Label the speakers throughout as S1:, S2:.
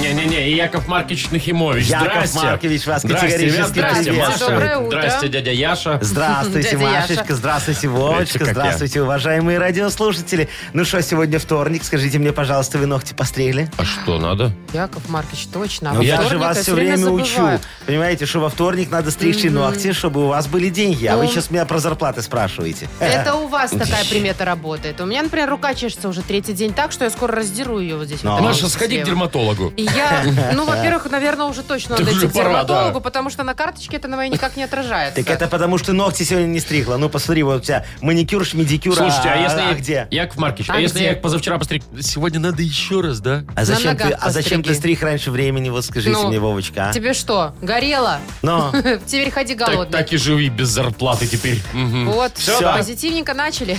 S1: Не-не-не, и Яков Маркович Нахимович.
S2: Яков
S1: здрасте.
S2: Маркович, вас
S1: Здрасте,
S2: категорически
S1: ребят, здрасте, Маша.
S2: приветствую.
S3: Доброе утро.
S1: Здрасте, дядя Яша.
S2: Здравствуйте,
S3: Дядя Яша.
S2: Машечка, здравствуйте, Вовочка,
S1: как я.
S2: здравствуйте, уважаемые радиослушатели. Ну что, сегодня вторник, скажите мне, пожалуйста, вы ногти постригли?
S1: А что надо?
S3: Яков Маркович, точно. А
S2: Ну,
S3: во
S2: я же
S3: вторник
S2: вас
S3: я
S2: все время
S3: забываю.
S2: учу. Понимаете, что во вторник надо стричь ногти, чтобы у вас были деньги. А вы сейчас меня про зарплаты спрашиваете.
S3: Это у вас такая примета работает. У меня, например, рука чешется уже третий день так, что я скоро раздеру ее вот здесь.
S2: Ну.
S3: вот так вот
S1: Маша, сходи к
S3: слева.
S1: дерматологу.
S3: И я, ну, во-первых, наверное, уже точно
S1: Так
S3: надо
S1: уже
S3: идти к
S1: пора, да.
S3: дерматологу, потому что на карточке это на моей никак не отражается.
S2: Так это потому, что ногти сегодня не стригла. Ну, посмотри, вот у тебя маникюр, шмедикюр,
S1: Слушайте, а если... я-
S2: где?
S1: Яков Маркович, а,
S3: А
S1: если
S3: где?
S1: я позавчера постриг... Сегодня надо еще раз, да?
S2: А зачем,
S3: ногах
S2: ты, а зачем ты
S3: постриги.
S2: стриг раньше времени, вот скажите
S3: Ну,
S2: мне, Вовочка, а? Ну,
S3: Тебе что, горело?
S2: Но
S3: Теперь ходи
S1: Так,
S3: голодный.
S1: так и живи без зарплаты теперь. Мгм.
S3: Вот,
S1: Всё,
S3: все,
S1: да.
S3: позитивненько начали.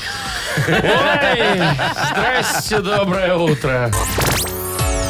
S1: Ой, Здрасте, доброе утро.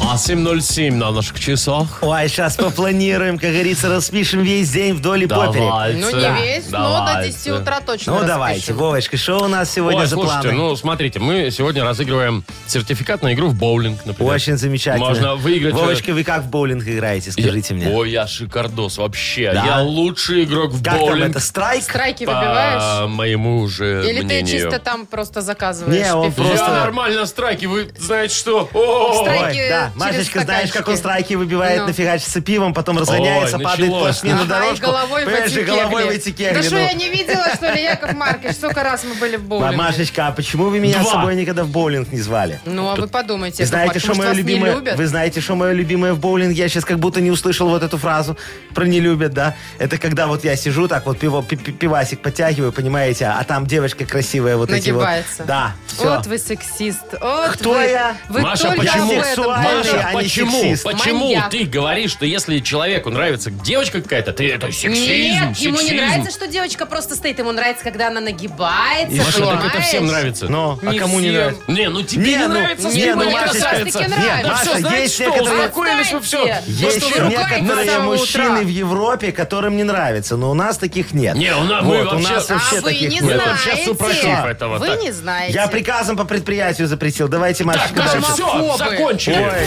S1: А 7.07 на наших часах.
S2: Ой, сейчас попланируем, как говорится, распишем весь день вдоль и поперек.
S1: Давайте.
S3: Ну, не весь, но до 10
S1: Давайте.
S3: утра точно
S2: Ну,
S3: распишем.
S2: давайте, Вовочка, что у нас сегодня
S1: Ой,
S2: за
S1: слушайте,
S2: планы?
S1: ну, смотрите, мы сегодня разыгрываем сертификат на игру в боулинг, например.
S2: Очень замечательно.
S1: ну, Можно выиграть... э,
S2: Вовочка, вы как в боулинг играете,
S1: Я-
S2: скажите мне?
S1: Ой, я шикардос вообще.
S2: Да?
S1: Я лучший игрок в
S2: как там
S1: боулинг.
S2: это, страйк?
S3: Страйки
S1: По
S3: выбиваешь?
S1: моему же
S3: Или ты
S1: мнению.
S3: чисто там просто заказываешь?
S2: Не, он
S3: пивко?
S1: Я
S2: просто-
S1: нормально страйки, вы знаете что? О,
S3: Страйки
S2: Ой,
S3: э,
S2: да,
S3: через
S2: Машечка, знаешь, как он
S3: стаканчики.
S2: страйки выбивает,
S3: Ну.
S2: нафигачится пивом, потом разгоняется,
S1: Ой,
S2: падает
S1: началось.
S2: плашмя на
S3: Ага, и
S2: дорожку.
S3: головой в
S2: понимаешь,
S3: эти
S2: и головой
S3: кегли.
S2: в эти кегли,
S3: Да что,
S2: ну.
S3: я не видела, что ли, Яков Маркович? Сколько раз мы были в
S2: Ма-
S3: боулинге?
S2: Машечка, а почему вы меня
S1: Два.
S2: с собой никогда в боулинг не звали?
S3: Ну, а вы подумайте,
S2: Вы
S3: Яков
S2: знаете,
S3: Маркович,
S2: что
S3: может,
S2: мое
S3: вас не
S2: любимое?
S3: любят?
S2: Вы знаете, что мое любимое в боулинге? Я сейчас как будто не услышал вот эту фразу про не любят, да? Это когда вот я сижу так вот пиво, пи- пи- пивасик подтягиваю, понимаете? А там девочка красивая вот эти вот.
S3: Нагибается.
S2: Да, все.
S3: Вот вы сексист. Вот
S2: Кто
S3: вы-
S2: я?
S3: Вы
S1: Маша,
S3: только
S1: почему?
S3: об этом
S2: Сексуальный,
S3: думаете.
S2: а
S1: Маша,
S2: не
S1: почему,
S2: сексист.
S1: почему
S3: Маньяк.
S1: ты говоришь, что если человеку нравится девочка какая-то, ты это сексизм,
S3: Нет, ему не
S1: сексизм?
S3: нравится, что девочка просто стоит. Ему нравится, когда она нагибается.
S1: Маша, так это всем
S3: понимаешь?
S1: нравится.
S2: Но, а
S1: Не
S2: кому не
S1: всем.
S2: нравится?
S1: Не, ну тебе не,
S2: ну,
S1: нравится,
S3: не, ну, Машечка, это-
S2: Нет,
S3: Ну,
S2: Маша,
S1: все, знаете
S2: есть
S1: что,
S2: некоторые...
S1: успокоились вы все.
S3: Отстаньте.
S1: Ну
S2: Есть
S1: что вы ругаетесь с
S2: некоторые
S3: самого
S2: мужчины
S3: утра?
S2: в Европе, которым не нравится, но у нас таких нет.
S1: Не, у нас- мы
S2: вот, у
S1: вообще-
S2: нас
S1: А
S2: вообще
S3: а вы
S2: таких
S3: не
S2: нет.
S1: нет. Вообще
S3: знаете.
S1: супротив этого,
S3: Вы
S1: так.
S3: не знаете.
S2: Я приказом по предприятию запретил. Давайте,
S1: Так,
S2: Машечка,
S1: Маша,
S2: дальше.
S1: все,
S3: Гомофобы.
S1: закончили.
S2: Ой.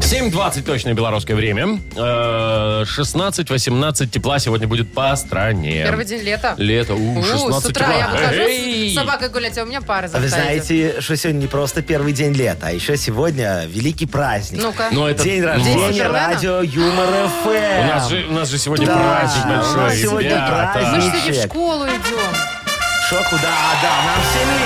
S1: 7.20 точное белорусское время. Э, 16-18 тепла сегодня будет по стране.
S3: Первый день лета.
S1: Лето, у,
S3: У,
S1: 16
S3: с утра
S1: тепла.
S3: я выхожу
S1: Эй!
S3: с собакой гулять, а у меня пара
S2: А
S3: за
S2: вы знаете, что сегодня не просто первый день лета, а еще сегодня великий праздник.
S3: Ну-ка.
S1: Но это...
S2: День
S1: ну,
S2: рождения
S3: День
S2: радио Юмор Эм. ФМ.
S1: У нас, же, у нас же сегодня
S2: Да,
S1: праздник
S2: у
S1: большой,
S2: нас сегодня
S1: ребята.
S3: Мы же
S2: праздник. Ну
S3: сегодня в
S2: Человек.
S3: школу идем.
S2: Шо, куда? А, да, нам 7 лет.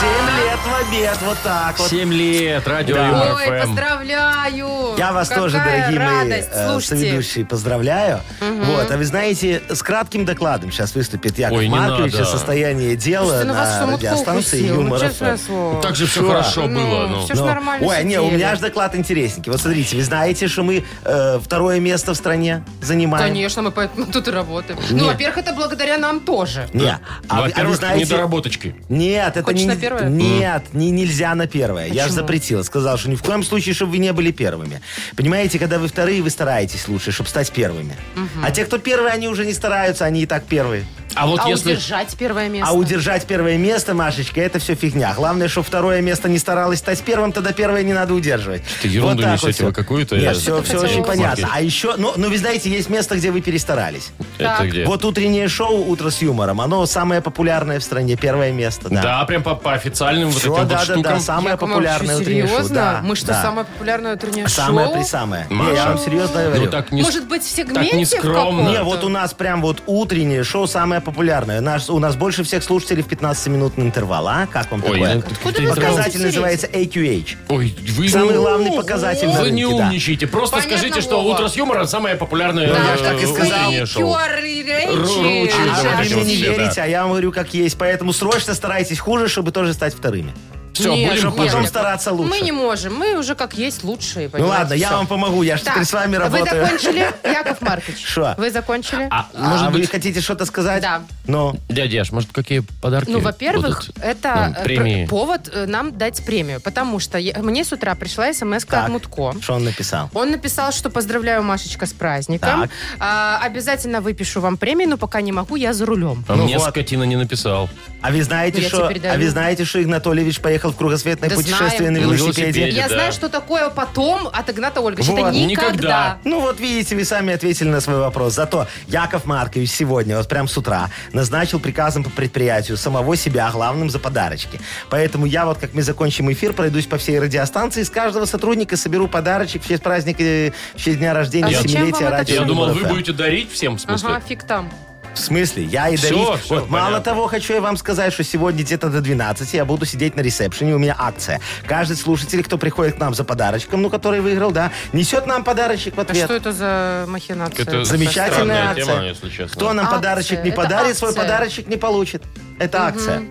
S2: 7 лет в обед, вот так вот.
S1: Семь лет, радио
S2: Да.
S1: Юмор
S3: Ой,
S1: FM.
S3: поздравляю.
S2: Я вас
S3: Какая
S2: тоже, дорогие
S3: радость.
S2: мои э,
S3: Слушайте,
S2: соведущие, поздравляю. Вот, а вы знаете, с кратким докладом сейчас выступит Яков
S1: Ой, не
S2: Маркович
S1: надо.
S2: о состоянии дела
S3: слушайте, ну вас что,
S2: на
S3: мутко
S2: радиостанции
S3: укусило? Ну,
S2: Юмор
S3: честное
S2: ФМ.
S3: слово.
S1: Так же все
S2: Чувак.
S1: хорошо было. Ну.
S3: все ж
S2: Ну,
S3: нормально
S2: Ой, не, у
S3: сидели.
S2: меня же доклад интересненький. Вот смотрите, вы знаете, что мы э, второе место в стране занимаем?
S3: Конечно, мы поэтому тут и работаем. Ну,
S2: Нет.
S3: во-первых, это благодаря нам тоже.
S1: Ну,
S2: Не. А, вы- а вы
S1: Во-первых,
S2: знаете-
S1: недоработочки.
S2: Нет, это
S3: Хочешь
S2: не...
S3: на первое?
S2: Нет, не, нельзя на первое. Я же
S3: Почему?
S2: запретила. Сказал, что ни в коем случае, чтобы вы не были первыми. Понимаете, когда вы вторые, вы стараетесь лучше, чтобы стать первыми. А те, кто первые, они уже не стараются, они и так первые.
S1: А вот
S3: а
S1: если...
S3: удержать первое место.
S2: А удержать первое место, Машечка, это все фигня. Главное, что второе место не старалось стать первым, тогда первое не надо удерживать.
S1: Ты ерунду несете
S2: всё.
S1: вы какую-то, я-
S2: Нет, все,
S3: Что-то
S2: все
S3: хотела
S2: очень
S3: узнать.
S2: понятно. А еще, ну, ну, вы знаете, есть место, где вы перестарались.
S1: Это
S3: Так.
S1: где?
S2: Вот утреннее шоу «Утро с юмором», оно самое популярное в стране, первое место,
S1: да.
S2: да.
S1: прям по, по официальным
S2: Всё,
S1: вот этим
S2: да,
S1: вот
S2: да,
S1: штукам.
S2: да, самое
S3: Яков
S2: популярное
S3: Маркович,
S2: утреннее шоу.
S3: серьезно?
S2: Да,
S3: Мы что,
S2: да. А
S3: самое популярное утреннее
S2: Самое
S3: шоу?
S2: при самое.
S1: Маша.
S2: Не, я вам серьезно
S1: Ну
S2: говорю.
S1: так не...
S3: Может быть, в
S1: так
S3: сегменте
S1: нескромно.
S3: в каком-то?
S2: Не, вот у нас прям вот утреннее шоу самое популярная. Наш, у нас больше всех слушателей в 15-минутный интервал, а? Как вам
S1: Ой,
S2: такое?
S1: ну,
S3: Откуда
S1: ты-
S3: вы
S2: Показатель
S3: Интересно.
S2: называется AQH.
S1: Ой, вы...
S2: Самый
S1: ну,
S2: главный показатель на
S1: Вы не
S2: рынке, да.
S1: умничайте. Просто
S4: Понятно,
S1: скажите, что
S4: Вова.
S1: «Утро с юмором» самое популярное
S2: Ну, я
S1: э,
S2: ж так и сказал.
S1: утреннее шоу.
S4: Кёр и речи.
S1: Ручи,
S4: А,
S1: да, вот
S2: А вы
S1: эти
S2: мне
S1: вот
S2: не
S1: все,
S2: верите,
S1: да.
S2: а я вам говорю, как есть. Поэтому срочно старайтесь хуже, чтобы тоже стать вторыми. Ну
S1: Все,
S3: Нет,
S1: будем
S3: чтоб
S1: хуже.
S2: Потом
S3: Яков,
S2: стараться лучше.
S3: Мы не можем. Мы уже как есть лучшие.
S2: Ну ладно, я вам помогу, я же теперь с вами
S3: Вы
S2: работаю.
S3: закончили, Яков Маркович?
S2: Шо?
S3: Вы закончили?
S1: А,
S2: А
S1: может
S2: вы
S1: быть,
S2: хотите что-то сказать?
S3: Да.
S2: Ну,
S1: дядя Яш, может, какие подарки
S3: Ну, во-первых,
S1: будут?
S3: это
S1: нам,
S3: э,
S1: премии?
S3: пр- повод э, нам дать премию, потому что я- мне с утра пришла смс
S2: Так.
S3: от Мутко.
S2: что он написал?
S3: Он написал, что поздравляю, Машечка, с праздником.
S2: Так.
S3: А, обязательно выпишу вам премию, но пока не могу, я за рулем.
S1: А
S2: Ну
S1: мне
S2: вот.
S1: скотина не написал.
S2: А вы знаете,
S3: Ну, я
S2: что?
S3: тебе передаю.
S2: А вы знаете, что Игнатольевич поехал в кругосветное
S3: Да
S2: путешествие
S3: знаем.
S2: на
S1: На
S2: велосипеде?
S1: Ну, велосипеде.
S3: Я
S1: да.
S3: знаю, что такое потом от Игната Ольговича.
S2: Вот.
S3: Это никогда.
S1: Никогда.
S2: Ну вот видите, вы сами ответили на свой вопрос. Зато Яков Маркович сегодня, вот прям с утра, назначил приказом по предприятию самого себя а главным за подарочки. Поэтому я вот, как мы закончим эфир, пройдусь по всей радиостанции, с каждого сотрудника соберу подарочек в честь праздника, э, в честь дня рождения,
S3: А зачем вам
S2: семилетия
S3: это
S2: радио.
S1: Я
S3: Почему
S1: думал,
S2: Юмор
S1: вы
S2: FM.
S1: будете дарить всем, в смысле?
S3: Ага, фиг там.
S2: В смысле? Я и
S1: Всё,
S2: дарить?
S1: всё,
S2: вот, мало
S1: понятно.
S2: того, хочу я вам сказать, что сегодня где-то до 12 я буду сидеть на ресепшене, у меня акция. Каждый слушатель, кто приходит к нам за подарочком, ну, который выиграл, да, несет нам подарочек в
S3: А
S2: ответ.
S3: что это за махинация?
S1: Это
S2: Замечательная
S1: странная
S2: акция.
S1: тема, если честно.
S2: Кто нам
S3: Акция.
S2: подарочек не
S3: Это
S2: подарит, свой
S3: акция.
S2: подарочек не получит. Это акция.
S1: Вот.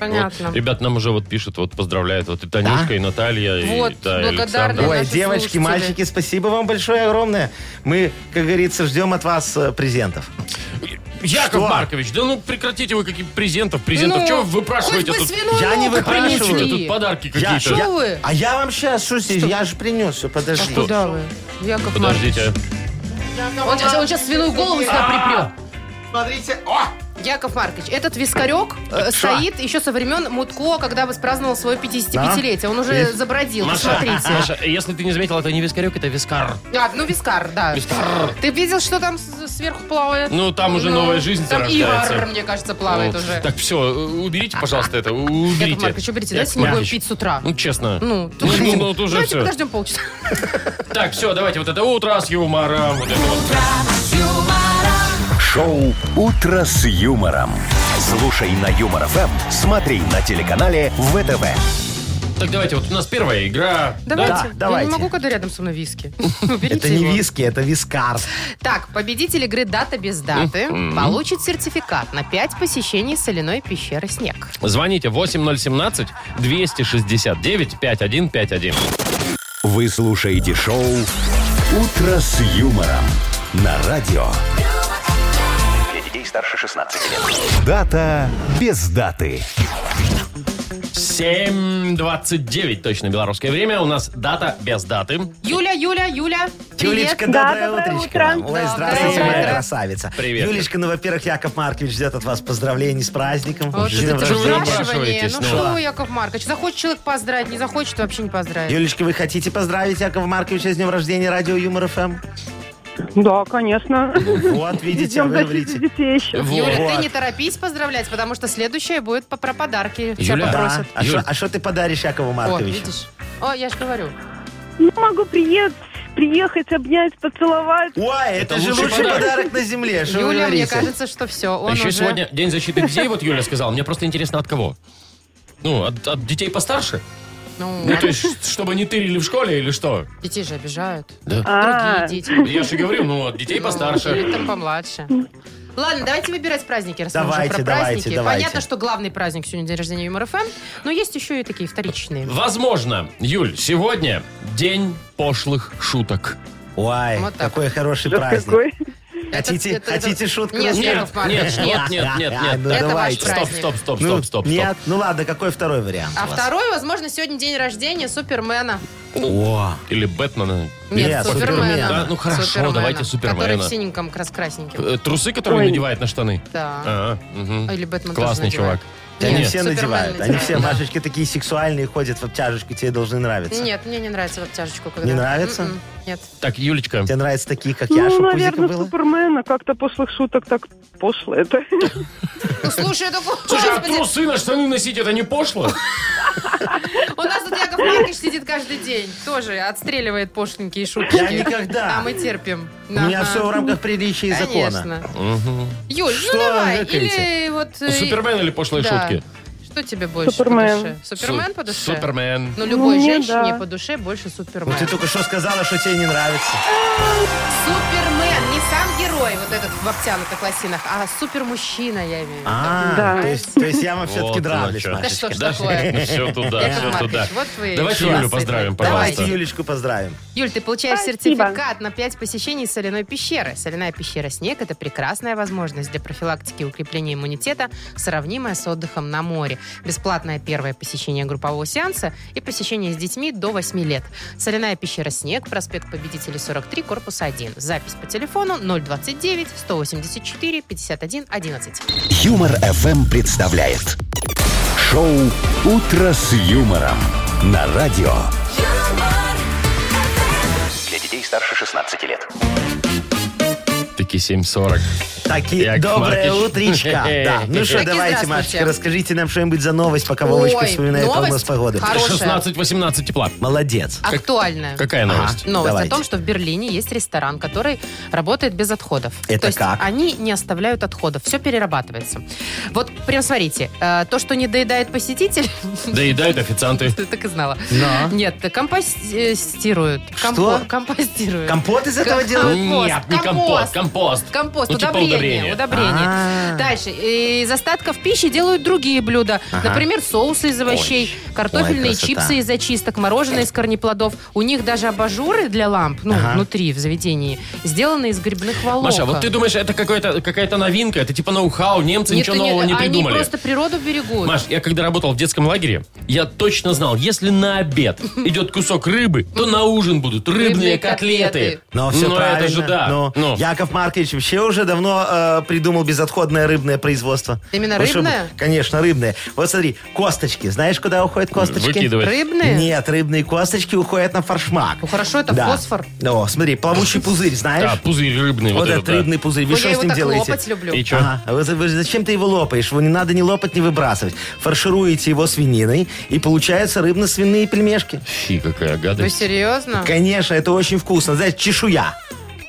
S3: Понятно.
S1: Ребят, нам уже вот пишут, вот поздравляют. Вот и Танюшка,
S2: Да?
S1: и Наталья,
S3: Вот,
S1: и, да, и
S3: благодарны.
S1: Александр.
S2: Ой,
S3: наши
S2: девочки,
S3: слушатели.
S2: мальчики, спасибо вам большое, огромное. Мы, как говорится, ждем от вас э, презентов.
S1: Яков
S2: Что?
S1: Маркович, да ну прекратите вы каких презентов, презентов.
S3: Ну,
S1: Чего вы выпрашиваете
S3: хоть бы
S1: тут? А,
S3: свиную
S2: Я не
S3: ногу
S2: выпрашиваю.
S3: принесли.
S1: Тут подарки
S2: Я-
S1: какие-то.
S2: я-
S3: Что вы?
S2: А я вам сейчас, что здесь? Я же принес все,
S3: А
S2: подожди.
S3: куда вы? Яков
S1: Подождите.
S3: Маркович. Он, сейчас- он сейчас свиную голову сюда
S2: Смотрите,
S3: припрет. Яков Маркович, этот вискарек э,
S2: Шо?
S3: стоит еще со времен Мутко, когда бы праздновал свое 55-летие. Он уже
S2: Есть?
S3: забродил,
S1: Маша,
S3: посмотрите.
S1: Маша, если ты не заметил, это не вискарек, это вискар.
S3: А, ну вискар, да.
S1: Вискар.
S3: Ты видел, что там с- сверху плавает?
S1: Ну, там уже новая жизнь
S3: Там
S1: зарождается.
S3: Ивар, мне кажется, плавает
S1: Ну,
S3: А, уже.
S1: Так, все, уберите, пожалуйста, это. у- Уберите.
S3: Яков Маркович, уберите,
S1: Яков
S3: давайте не будем
S1: Маркович.
S3: пить с утра.
S1: Ну, честно.
S3: Ну,
S1: ну, ну, ну, вот уже
S3: давайте
S1: всё.
S3: подождем полчаса.
S1: Так, все, давайте вот это утро с юмором. Вот это вот.
S5: Шоу «Утро с юмором». Слушай на Юмор ФМ, смотри на телеканале ВТВ.
S1: Так, давайте, вот у нас первая игра.
S2: Да,
S3: Давайте. Я
S2: давайте.
S3: не могу, когда рядом со мной виски. Уберите
S2: это не
S3: его.
S2: виски, это вискар.
S3: Так, победитель игры «Дата без даты» получит сертификат на 5 посещений соляной пещеры «Снег».
S1: Звоните 8017-269-5151.
S5: Вы слушаете шоу «Утро с юмором» на радио. Для детей старше 16 лет. Дата без даты.
S1: 7.29 точно белорусское время. У нас дата без даты.
S3: Юля, Юля, Юля, привет.
S2: Юлечка,
S4: Да,
S2: доброе,
S4: доброе
S2: утречко
S4: утро.
S2: вам. Ой,
S3: Доброе
S2: здравствуйте, моя
S3: утро.
S2: красавица.
S1: Привет.
S2: Юлечка, ну, во-первых, Яков Маркович ждет от вас поздравлений с праздником.
S3: Вот
S2: С днем
S3: это
S1: же вы
S2: рождения.
S1: выбрасываете?
S3: спрашивание. Ну
S1: Ну
S3: что,
S2: ладно.
S3: Яков Маркович, захочет человек поздравить, не захочет, вообще не поздравит.
S2: Юлечка, вы хотите поздравить Якова Марковича с днем рождения радио Юмор ФМ? Ну
S6: Да, конечно.
S2: Вот, видите,
S6: Идем
S2: вы
S6: зачистить
S2: говорите.
S6: детей еще.
S1: Вот.
S3: Юля,
S2: Вот.
S3: ты не торопись поздравлять, потому что следующее будет по- про подарки. Тебя
S1: Юля.
S3: попросят.
S2: Да. А
S1: Юль.
S2: шо- А что ты подаришь Якову
S3: О,
S2: Марковичу?
S3: видишь? О, я же говорю.
S6: Ну, могу приехать, приехать, обнять, поцеловать.
S2: Ой, это,
S1: Это
S2: же
S1: лучший
S2: лучший
S1: подарок.
S2: подарок, на земле, что вы
S3: Юля, мне
S2: говорите?
S3: кажется, что все.
S1: А
S3: Он
S1: еще
S3: уже...
S1: сегодня День защиты детей, вот Юля сказала. Мне просто интересно, от кого? Ну, от, от детей постарше?
S3: Ну,
S1: Ну, то есть, чтобы не тырили в школе или что?
S3: детей же обижают.
S1: Да.
S6: А,
S3: Другие дети.
S1: Я же говорю, ну, от детей
S3: Ну,
S1: постарше.
S3: Или там помладше. Ладно, давайте выбирать праздники. Раз мы уже
S2: Давайте,
S3: про
S2: давайте,
S3: праздники.
S2: давайте.
S3: Понятно, что главный праздник сегодня день рождения Юмор ФМ, но есть еще и такие вторичные.
S1: Возможно, Юль, сегодня день пошлых шуток.
S2: Ой,
S3: Вот так.
S2: какой хороший
S6: да
S2: праздник.
S6: какой.
S2: Хотите,
S3: Это- это-
S2: хотите шутку?
S3: Нет,
S2: рассказать?
S3: Яков
S1: нет,
S3: Маркович.
S1: нет, нет, нет,
S2: А,
S1: нет.
S2: ну
S3: Это
S2: давайте.
S3: ваш
S1: Стоп,
S3: праздник.
S1: стоп, стоп,
S2: Ну,
S1: стоп, стоп, стоп.
S2: Нет, ну ладно, какой второй вариант
S3: А
S2: у вас?
S3: второй, возможно, сегодня день рождения Супермена.
S2: О,
S1: Или Бэтмена.
S3: Нет,
S2: Нет,
S3: Супермена.
S2: Супермена.
S1: Да, ну хорошо, давайте Супермена.
S3: Который в синеньком, как раз красненьким.
S1: Э, Трусы, которые
S6: Ой.
S1: надевает на штаны.
S3: Да.
S1: А, мгм.
S3: А, Или Бэтмен тоже
S1: Классный
S3: надевает.
S1: чувак. Да
S2: они
S1: нет.
S2: все
S3: Супермен
S2: надевают. Они
S3: надевает,
S2: все,
S3: да.
S2: Машечка, такие сексуальные, ходят в обтяжечку, тебе должны нравиться.
S3: Нет, мне не нравится в обтяжечку. Когда...
S2: Не нравится?
S3: М-м, Нет.
S1: Так, Юлечка,
S2: Тебе нравятся такие, как я,
S6: Ну,
S2: чтобы
S6: наверное,
S2: пузико было?
S6: Супермена. Как-то пошлых шуток так пошло это.
S3: Ну, слушай, это...
S1: Слушай, а
S3: Господи,
S1: трусы на штаны носить, это не пошло?
S3: у нас тут Яков Яков Маркович сидит каждый день, тоже отстреливает пошленькие шутки.
S2: Я никогда.
S3: А мы терпим.
S2: У меня
S3: Ага.
S2: все в рамках приличия и закона.
S3: Конечно. Юль,
S2: Что
S3: ну
S2: вы
S3: давай.
S2: ныкаете?
S3: Или вот... э,
S1: Супермен или пошлые
S3: да.
S1: шутки?
S3: Что тебе больше
S6: Супермен.
S3: по душе? Супермен
S1: Су-
S3: по душе?
S1: Супермен.
S3: Ну, любой
S6: Ну, мне
S3: женщине
S6: да.
S3: по душе больше Супермен.
S2: Ну, ты только что сказала, что тебе не нравится.
S3: Супермен, не сам герой, вот этот в обтянутых лосинах, а супермужчина, я имею в виду.
S2: А,
S6: Да.
S2: то есть, то есть я вам
S1: Вот
S2: все-таки
S1: оно
S2: нравлюсь,
S1: чё.
S3: Да что
S2: Машечка.
S3: ж
S1: Да, Ну,
S3: такое?
S1: все туда,
S3: Яков
S1: все А, туда.
S3: Маркович, вот вы
S1: Давайте
S3: классный
S1: Юлю поздравим,
S3: такой.
S1: пожалуйста.
S2: Давайте
S3: Давайте.
S2: Юлечку поздравим.
S3: Юль, ты получаешь
S6: Спасибо.
S3: сертификат на 5 посещений соляной пещеры. Соляная пещера «Снег» — это прекрасная возможность для профилактики и укрепления иммунитета, сравнимая с отдыхом на море. Бесплатное первое посещение группового сеанса и посещение с детьми до 8 лет. Соляная пещера «Снег», проспект Победителей 43, корпус 1. Запись по телефону 029 184 51 11.
S5: Юмор FM представляет шоу Утро с юмором на радио.
S4: Для детей старше 16 лет.
S1: Таки 7.40.
S2: Такие
S1: Яков
S2: доброе
S1: Маркович.
S2: утречка. Да. Ну что,
S3: Таки
S2: давайте,
S3: здравствуйте.
S2: Машечка, расскажите нам что-нибудь за новость, пока Вовочка
S3: Ой,
S2: вспоминает
S3: новость?
S2: прогноз погоды.
S3: Хорош- Хорошая.
S1: 16-18 тепла.
S2: Молодец.
S3: Актуальная.
S1: Какая новость?
S2: Ага.
S3: Новость
S2: Давайте.
S3: о том, что в Берлине есть ресторан, который работает без отходов.
S2: Это
S3: То есть
S2: как?
S3: они не оставляют отходов, все перерабатывается. Вот прям смотрите, э, то, что не доедает посетитель,
S1: Доедают
S2: Э.
S1: официанты.
S3: ты так и знала.
S2: Но.
S3: Нет, компостируют.
S2: Что?
S3: Компостируют.
S2: Компот из этого
S3: Как-
S2: делают?
S3: Компост,
S1: Нет, не компост,
S3: компост.
S1: компост.
S3: Компост,
S1: Ну, типа удобрения.
S3: удобрение, удобрение.
S2: А.
S3: Дальше. Из остатков пищи делают другие блюда.
S2: Ага.
S3: Например, соусы из овощей, картофельные
S2: Ой, красота.
S3: чипсы из очисток, мороженое из корнеплодов. У них даже абажуры для ламп, ну,
S2: Ага.
S3: внутри, в заведении, сделаны из грибных волокон.
S1: Маша, вот ты думаешь, это какая-то какая-то новинка, это типа ноу-хау, немцы
S3: Нет,
S1: ничего
S3: нет,
S1: нового не
S3: Они
S1: придумали.
S3: просто природу берегут.
S1: Маш, я когда работал в детском лагере, я точно знал, если на обед идет кусок рыбы, то на ужин будут рыбные
S3: Рыбные
S1: котлеты.
S3: котлеты.
S2: Но все
S1: Ну,
S2: правильно.
S1: это же да.
S2: Ну,
S1: Ну.
S2: Яков Маркович вообще уже давно э, придумал безотходное рыбное производство.
S3: Именно
S2: чтобы-
S3: рыбное?
S2: Конечно, рыбное. Вот смотри, косточки. Знаешь, куда уходят косточки?
S1: Выкидывать.
S3: Рыбные?
S2: Нет, рыбные косточки уходят на форшмак.
S3: Ну, хорошо, это фосфор.
S2: О, смотри, плавучий пузырь,
S1: Да,
S2: знаешь?
S1: пузырь рыбный.
S2: вот,
S1: Вот,
S2: этот
S1: это, да.
S2: рыбный пузырь. Вы
S3: Ой,
S2: что с
S3: я его
S2: ним
S3: так
S2: делаете?
S3: лопать люблю.
S1: И чё?
S2: Ага. А вы- вы- зачем ты его лопаешь? Его не надо ни лопать, ни выбрасывать. Фаршируете его свининой, и получаются рыбно-свиные пельмешки.
S1: Фи, какая
S3: Вы
S1: гадость.
S3: серьезно?
S2: Конечно, это очень вкусно. Знаешь, чешуя.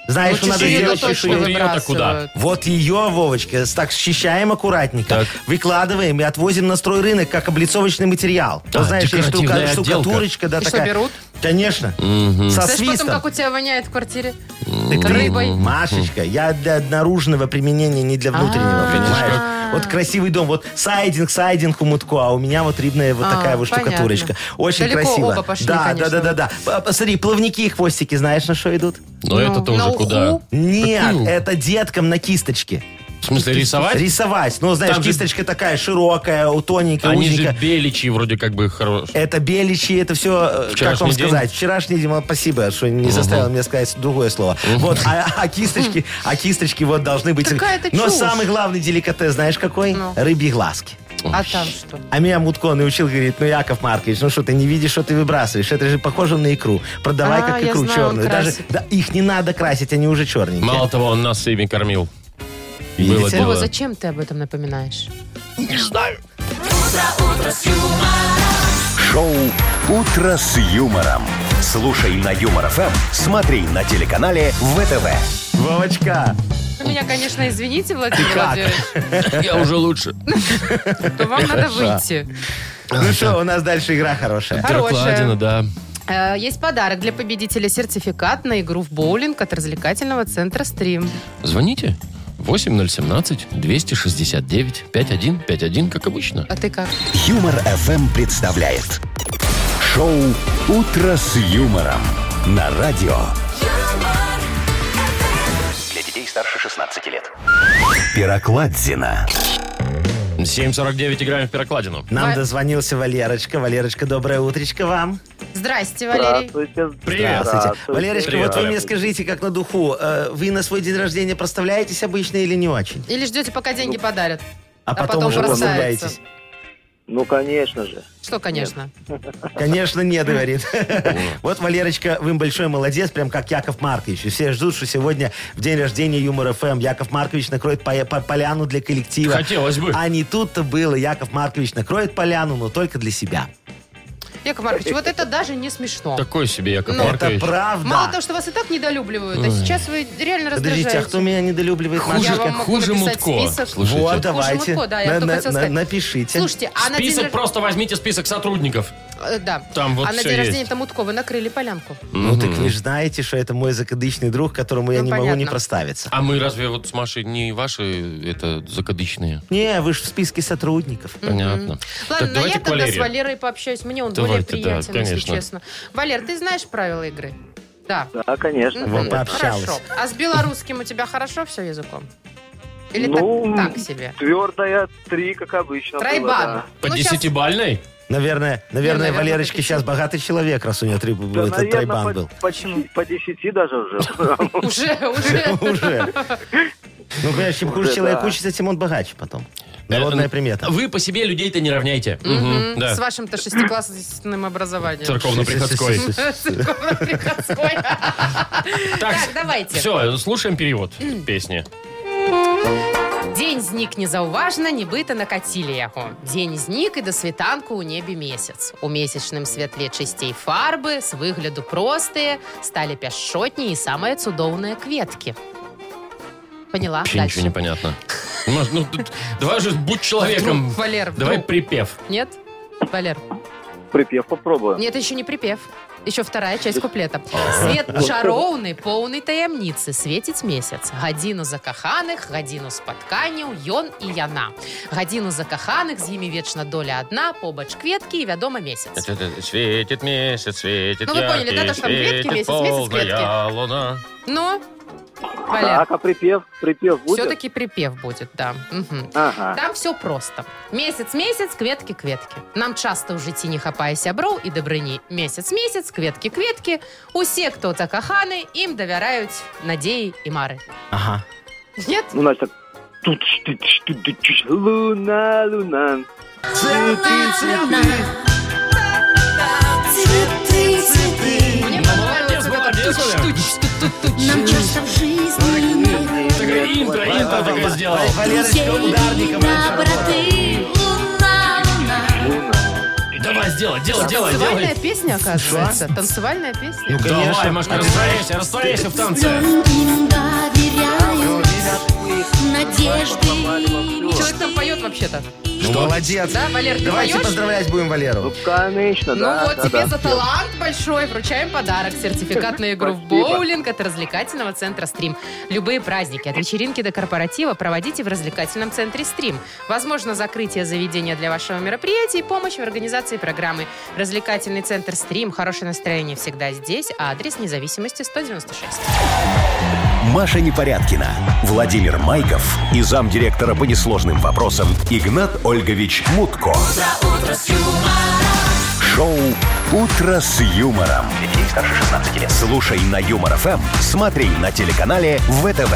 S2: Знаешь, что
S3: Ну,
S2: надо
S3: чешую
S1: чешуя,
S2: сделать
S3: точно
S1: чешую.
S2: чешую.
S1: Вот её-то куда?
S3: выбрасывают.
S2: Вот ее, Вовочка, с- так счищаем аккуратненько,
S1: Так.
S2: выкладываем и отвозим на строй рынок как облицовочный материал. Вот
S1: А,
S2: знаешь, есть штука-
S1: декоративная отделка.
S2: штукатурочка, да,
S3: И что,
S2: такая.
S3: берут?
S2: Конечно. Со
S3: Знаешь, потом,
S2: свистом.
S3: как у тебя воняет в квартире?
S2: Так ты,
S3: Рыбой.
S2: Машечка, я для наружного применения, не для внутреннего,
S3: А-а-а.
S2: понимаешь? Вот красивый дом, вот сайдинг, сайдинг у Мутко, а у меня вот рыбная вот
S3: А,
S2: такая вот
S3: понятно.
S2: штукатурочка. Очень
S3: Далеко
S2: красиво.
S3: оба пошли,
S2: да, да,
S3: конечно.
S2: да, да, да. П- Посмотри, плавники и хвостики, знаешь, на что идут?
S1: Но
S3: ну,
S1: это-то уже
S3: на уху.
S1: куда?
S2: Нет, это деткам на кисточке.
S1: В смысле, рисовать?
S2: Рисовать. Ну, знаешь,
S1: Там же-
S2: кисточка такая широкая, у тоненькая,
S1: Они же
S2: узенькая.
S1: беличьи вроде как бы хорошие.
S2: Это беличи, это все, как
S1: Вчерашний
S2: вам
S1: день?
S2: сказать, вчерашний Дима, спасибо, что не заставил меня сказать другое слово. Вот, а, а кисточки, а кисточки вот должны быть.
S3: Какая-то
S2: Но
S3: чушь.
S2: самый главный деликатес, знаешь какой?
S3: Ну.
S2: Рыбьи глазки.
S3: А там что?
S2: А меня Мутко научил, говорит, ну, Яков Маркович, ну что, ты не видишь, что ты выбрасываешь? Это же похоже на икру. Продавай
S3: А,
S2: как
S3: я
S2: икру
S3: знаю, он
S2: черную. Даже
S3: красит.
S2: да, их не надо красить, они уже черненькие.
S1: Мало того, он нас ими кормил.
S2: Видите?
S1: Было
S3: Вова,
S1: дело.
S3: зачем ты об этом напоминаешь?
S5: Шоу Утро с юмором. Слушай на Юмор ФМ, смотри на телеканале ВТВ.
S2: Вовочка,
S3: Вы меня, конечно, извините, Владимир
S2: как?
S3: Владимирович,
S2: э,
S1: Я уже лучше.
S3: то вам надо выйти.
S2: ну что, у нас дальше игра хорошая.
S1: Прокладина, да.
S3: Э, Есть подарок для победителя сертификат на игру в боулинг от развлекательного центра «Стрим».
S1: Звоните. 8017-269-5151, как обычно.
S3: А ты как?
S5: Юмор FM представляет шоу Утро с юмором на радио.
S4: Для детей старше 16 лет.
S5: Пирокладзина.
S1: 7.49, играем в перекладину.
S2: Нам
S3: Ва-
S2: дозвонился Валерочка. Валерочка, доброе утречко вам.
S3: Здрасте, Валерий.
S1: Привет.
S2: Здравствуйте. Валерочка,
S1: Привет,
S2: вот вы
S1: Валя.
S2: мне скажите, как на духу, э, вы на свой день рождения проставляетесь обычно или не очень?
S3: Или ждете, пока деньги подарят?
S2: А,
S3: А
S2: потом,
S3: потом
S2: уже
S3: бросается.
S2: проставляетесь?
S7: Ну, конечно же.
S3: Что, конечно.
S2: Конечно, не, говорит. Вот, Валерочка, вы большой молодец, прям как Яков Маркович. И все ждут, что сегодня в день рождения Юмор ФМ Яков Маркович накроет по- по- поляну для коллектива.
S1: Хотелось бы.
S2: А не тут-то было. Яков Маркович накроет поляну, но только для себя.
S3: Яков Маркович, вот это даже не смешно.
S1: Такой себе, Яков
S3: Ну,
S2: Это
S1: Маркович.
S2: правда.
S3: Мало того, что вас и так недолюбливают, а сейчас вы
S2: Подождите,
S3: реально
S2: а
S3: раздражаете.
S2: кто меня недолюбливает?
S3: Я
S1: Хуже,
S3: вам могу
S1: хуже
S3: написать
S1: Мутко.
S3: список.
S1: Слушайте.
S2: Вот,
S3: Хуже
S2: давайте.
S3: Мутко, да, я
S2: На-
S3: только
S2: на-
S3: хотела
S2: на-
S3: сказать.
S2: Напишите.
S3: Слушайте, а на день
S1: Список
S3: рож-
S1: просто возьмите список сотрудников.
S3: Э, Да.
S1: Там вот
S3: а на
S1: всё
S3: день
S1: есть.
S3: рождения Тамутко вы накрыли полянку.
S2: Ну, так вы же знаете, что это мой закадычный друг, которому я
S3: Ну,
S2: не могу не
S3: понятно.
S2: проставиться.
S1: А мы разве вот с Машей не ваши это закадычные?
S2: Не, вы же в списке сотрудников.
S1: Понятно.
S3: Ладно,
S1: так,
S3: но я
S1: давайте к
S3: тогда с
S1: Валерии.
S3: Валерой пообщаюсь. Мне он более
S1: Давайте, да,
S3: приятен, если
S1: конечно.
S3: честно. Валер, ты знаешь правила игры? Да.
S7: Да, конечно.
S3: Мгм.
S2: Вот
S7: конечно.
S2: пообщалась.
S3: Хорошо. А с белорусским у тебя хорошо все языком? Или
S7: Ну,
S3: так, так себе?
S7: Твердая три, как обычно. было,
S3: Тройбан.
S7: да.
S1: По
S3: Ну, щас-
S1: десятибальной?
S2: Наверное, наверное,
S3: наверное,
S2: Валерочка
S3: хотите.
S2: сейчас богатый человек, раз у нее три-
S7: Да,
S2: этот
S7: наверно,
S2: Ну, тройбан
S7: по-
S2: был.
S7: почти по десяти даже уже.
S3: Уже, уже.
S2: Уже. Ну, понимаешь, чем хуже
S7: Уже,
S2: человек
S7: да.
S2: учится, тем он богаче потом. Народная
S1: Э,
S2: примета.
S1: Вы по себе людей-то не равняйте.
S3: Мгм.
S1: Мгм, Да.
S3: С вашим-то шестиклассным образованием.
S1: Церковно-приходской.
S3: Церковно-приходской. Так, давайте.
S1: Все, слушаем перевод песни.
S3: День зник незауважно, нібито накатілі яго. Дзень знік і да світанку ў небе месяц. У месячным святле чысцей фарбы, с выгляду простыя, сталі пяшчотні і самыя цудоўныя кветкі. Поняла?
S1: Вообще ничего не понятно. Маш, ну, тут- давай же будь человеком.
S3: Вдруг, Валер, вдруг.
S1: Давай припев.
S3: Нет? Валер,
S7: Припев попробуем.
S3: нет, еще не припев. Еще вторая часть куплета. Свет чароўны, поўны таямніцы, свеціць месяц. Гадзіну закаханых, гадзіну спатканняў, ён і яна. Гадзіну закаханых, з імі вечна доля адна, побач кветкі і, вядома, месяц.
S1: Светит месяц, светит
S3: Ну, вы поняли, да, то, что там яркий, кветки, светит месяц, месяц, полная кветки.
S1: луна.
S3: Но, Ну, Валер,
S7: Так, а припев? Припев будет?
S3: все-таки припев будет, да. Мгм.
S7: Ага.
S3: Там все просто. Месяц-месяц, кветкі-кветкі. Нам часто ў жыцці не хапае сяброў і дабрыні. Месяц-месяц, кветкі-кветкі. Усе, хто закаханы, ім давяраюць надзеі і мары.
S2: Ага.
S3: Нет?
S7: Ну, значит, так. Тут ж ты, тш, ты, ты, тш, Луна, луна.
S8: Цветы, цветы
S3: Мне понравилось
S1: молодец,
S3: вот это
S1: молодец,
S3: туч,
S1: Валер.
S3: туч, туч, туч.
S8: Нам часто в жизни не
S1: Такая интро, интро такое сделал.
S2: Валерочка ударником.
S8: доброты Луна, луна
S7: Луна.
S1: Давай, сделай, делай, делай,
S3: Танцевальная
S1: делай.
S3: песня, оказывается. Танцевальная песня.
S1: Ну, Давай,
S2: конечно.
S1: Машка, растворяйся, растворяйся в танце.
S8: Им доверяю Надежды
S3: Человек там поет вообще-то.
S2: Молодец.
S3: Да, Валер, ты
S2: Давайте
S3: поешь?
S2: поздравлять будем
S7: Ну,
S2: Валеру.
S7: конечно,
S3: Ну
S7: да.
S3: вот,
S7: да,
S3: тебе
S7: да.
S3: за талант большой вручаем подарок. Сертификат на игру в
S7: Спасибо.
S3: боулинг от развлекательного центра «Стрим». Любые праздники от вечеринки до корпоратива проводите в развлекательном центре «Стрим». Возможно, закрытие заведения для вашего мероприятия и помощь в организации программы. Развлекательный центр «Стрим». Хорошее настроение всегда здесь. А адрес независимости 196.
S5: Маша Непорядкина, Владимир Майков и замдиректора по несложным вопросам Игнат Ольгович Мутко. Шоу Утро с юмором. Детей старше 16 лет. Слушай на юмор ФМ, смотри на телеканале ВТВ.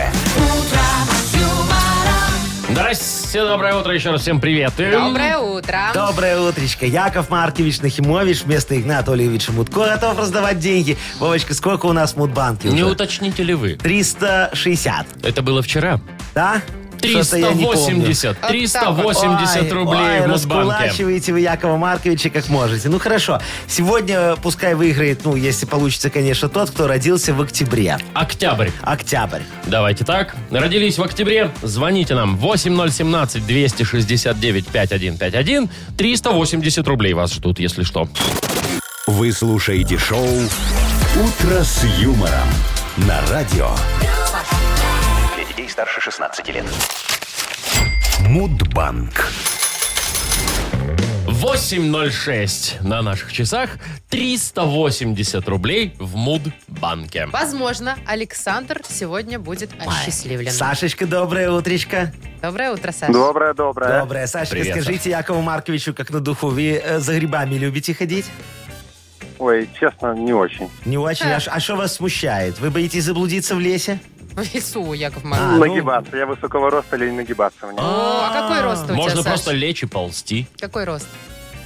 S1: Здрасте, доброе утро еще раз. Всем привет. Э,
S3: Доброе утро.
S2: Доброе утречко. Яков Маркович Нахимович вместо Игната Олеговича Мутко готов раздавать деньги. Вовочка, сколько у нас в Мудбанке
S1: Не
S2: уже?
S1: уточните ли вы?
S2: 360.
S1: Это было вчера.
S2: Да? Что-то я не помню.
S1: 380.
S3: помню.
S1: 380
S2: Ой,
S1: рублей
S2: ой,
S1: в Мосбанке.
S2: раскулачиваете вы Якова Марковича как можете. Ну хорошо, сегодня э, пускай выиграет, ну если получится, конечно, тот, кто родился в октябре.
S1: Октябрь.
S2: Октябрь.
S1: Давайте так. Родились в октябре. Звоните нам 8017-269-5151. 380 рублей вас ждут, если что.
S5: Вы слушаете шоу Утро с юмором на радио
S4: Для детей старше 16 лет.
S5: Мудбанк.
S1: 8.06 на наших часах. 380 рублей в Мудбанке.
S3: Возможно, Александр сегодня будет осчастливлен.
S2: Сашечка, доброе утречко.
S3: Доброе утро, Саша.
S7: Доброе, доброе.
S2: Доброе. Сашечка,
S1: Привет,
S2: скажите Якову Марковичу, как на духу, вы э, за грибами любите ходить?
S9: Ой, честно, не очень.
S2: Не очень. А ш- А что вас смущает? Вы боитесь заблудиться в лесе?
S3: В лесу, Яков
S2: А,
S3: Маркович.
S2: ну,
S9: Нагибаться. Я
S7: А.
S9: высокого роста или не нагибаться мне.
S3: О, а какой рост у тебя,
S1: Можно
S3: Саш?
S1: просто лечь и ползти.
S3: Какой рост?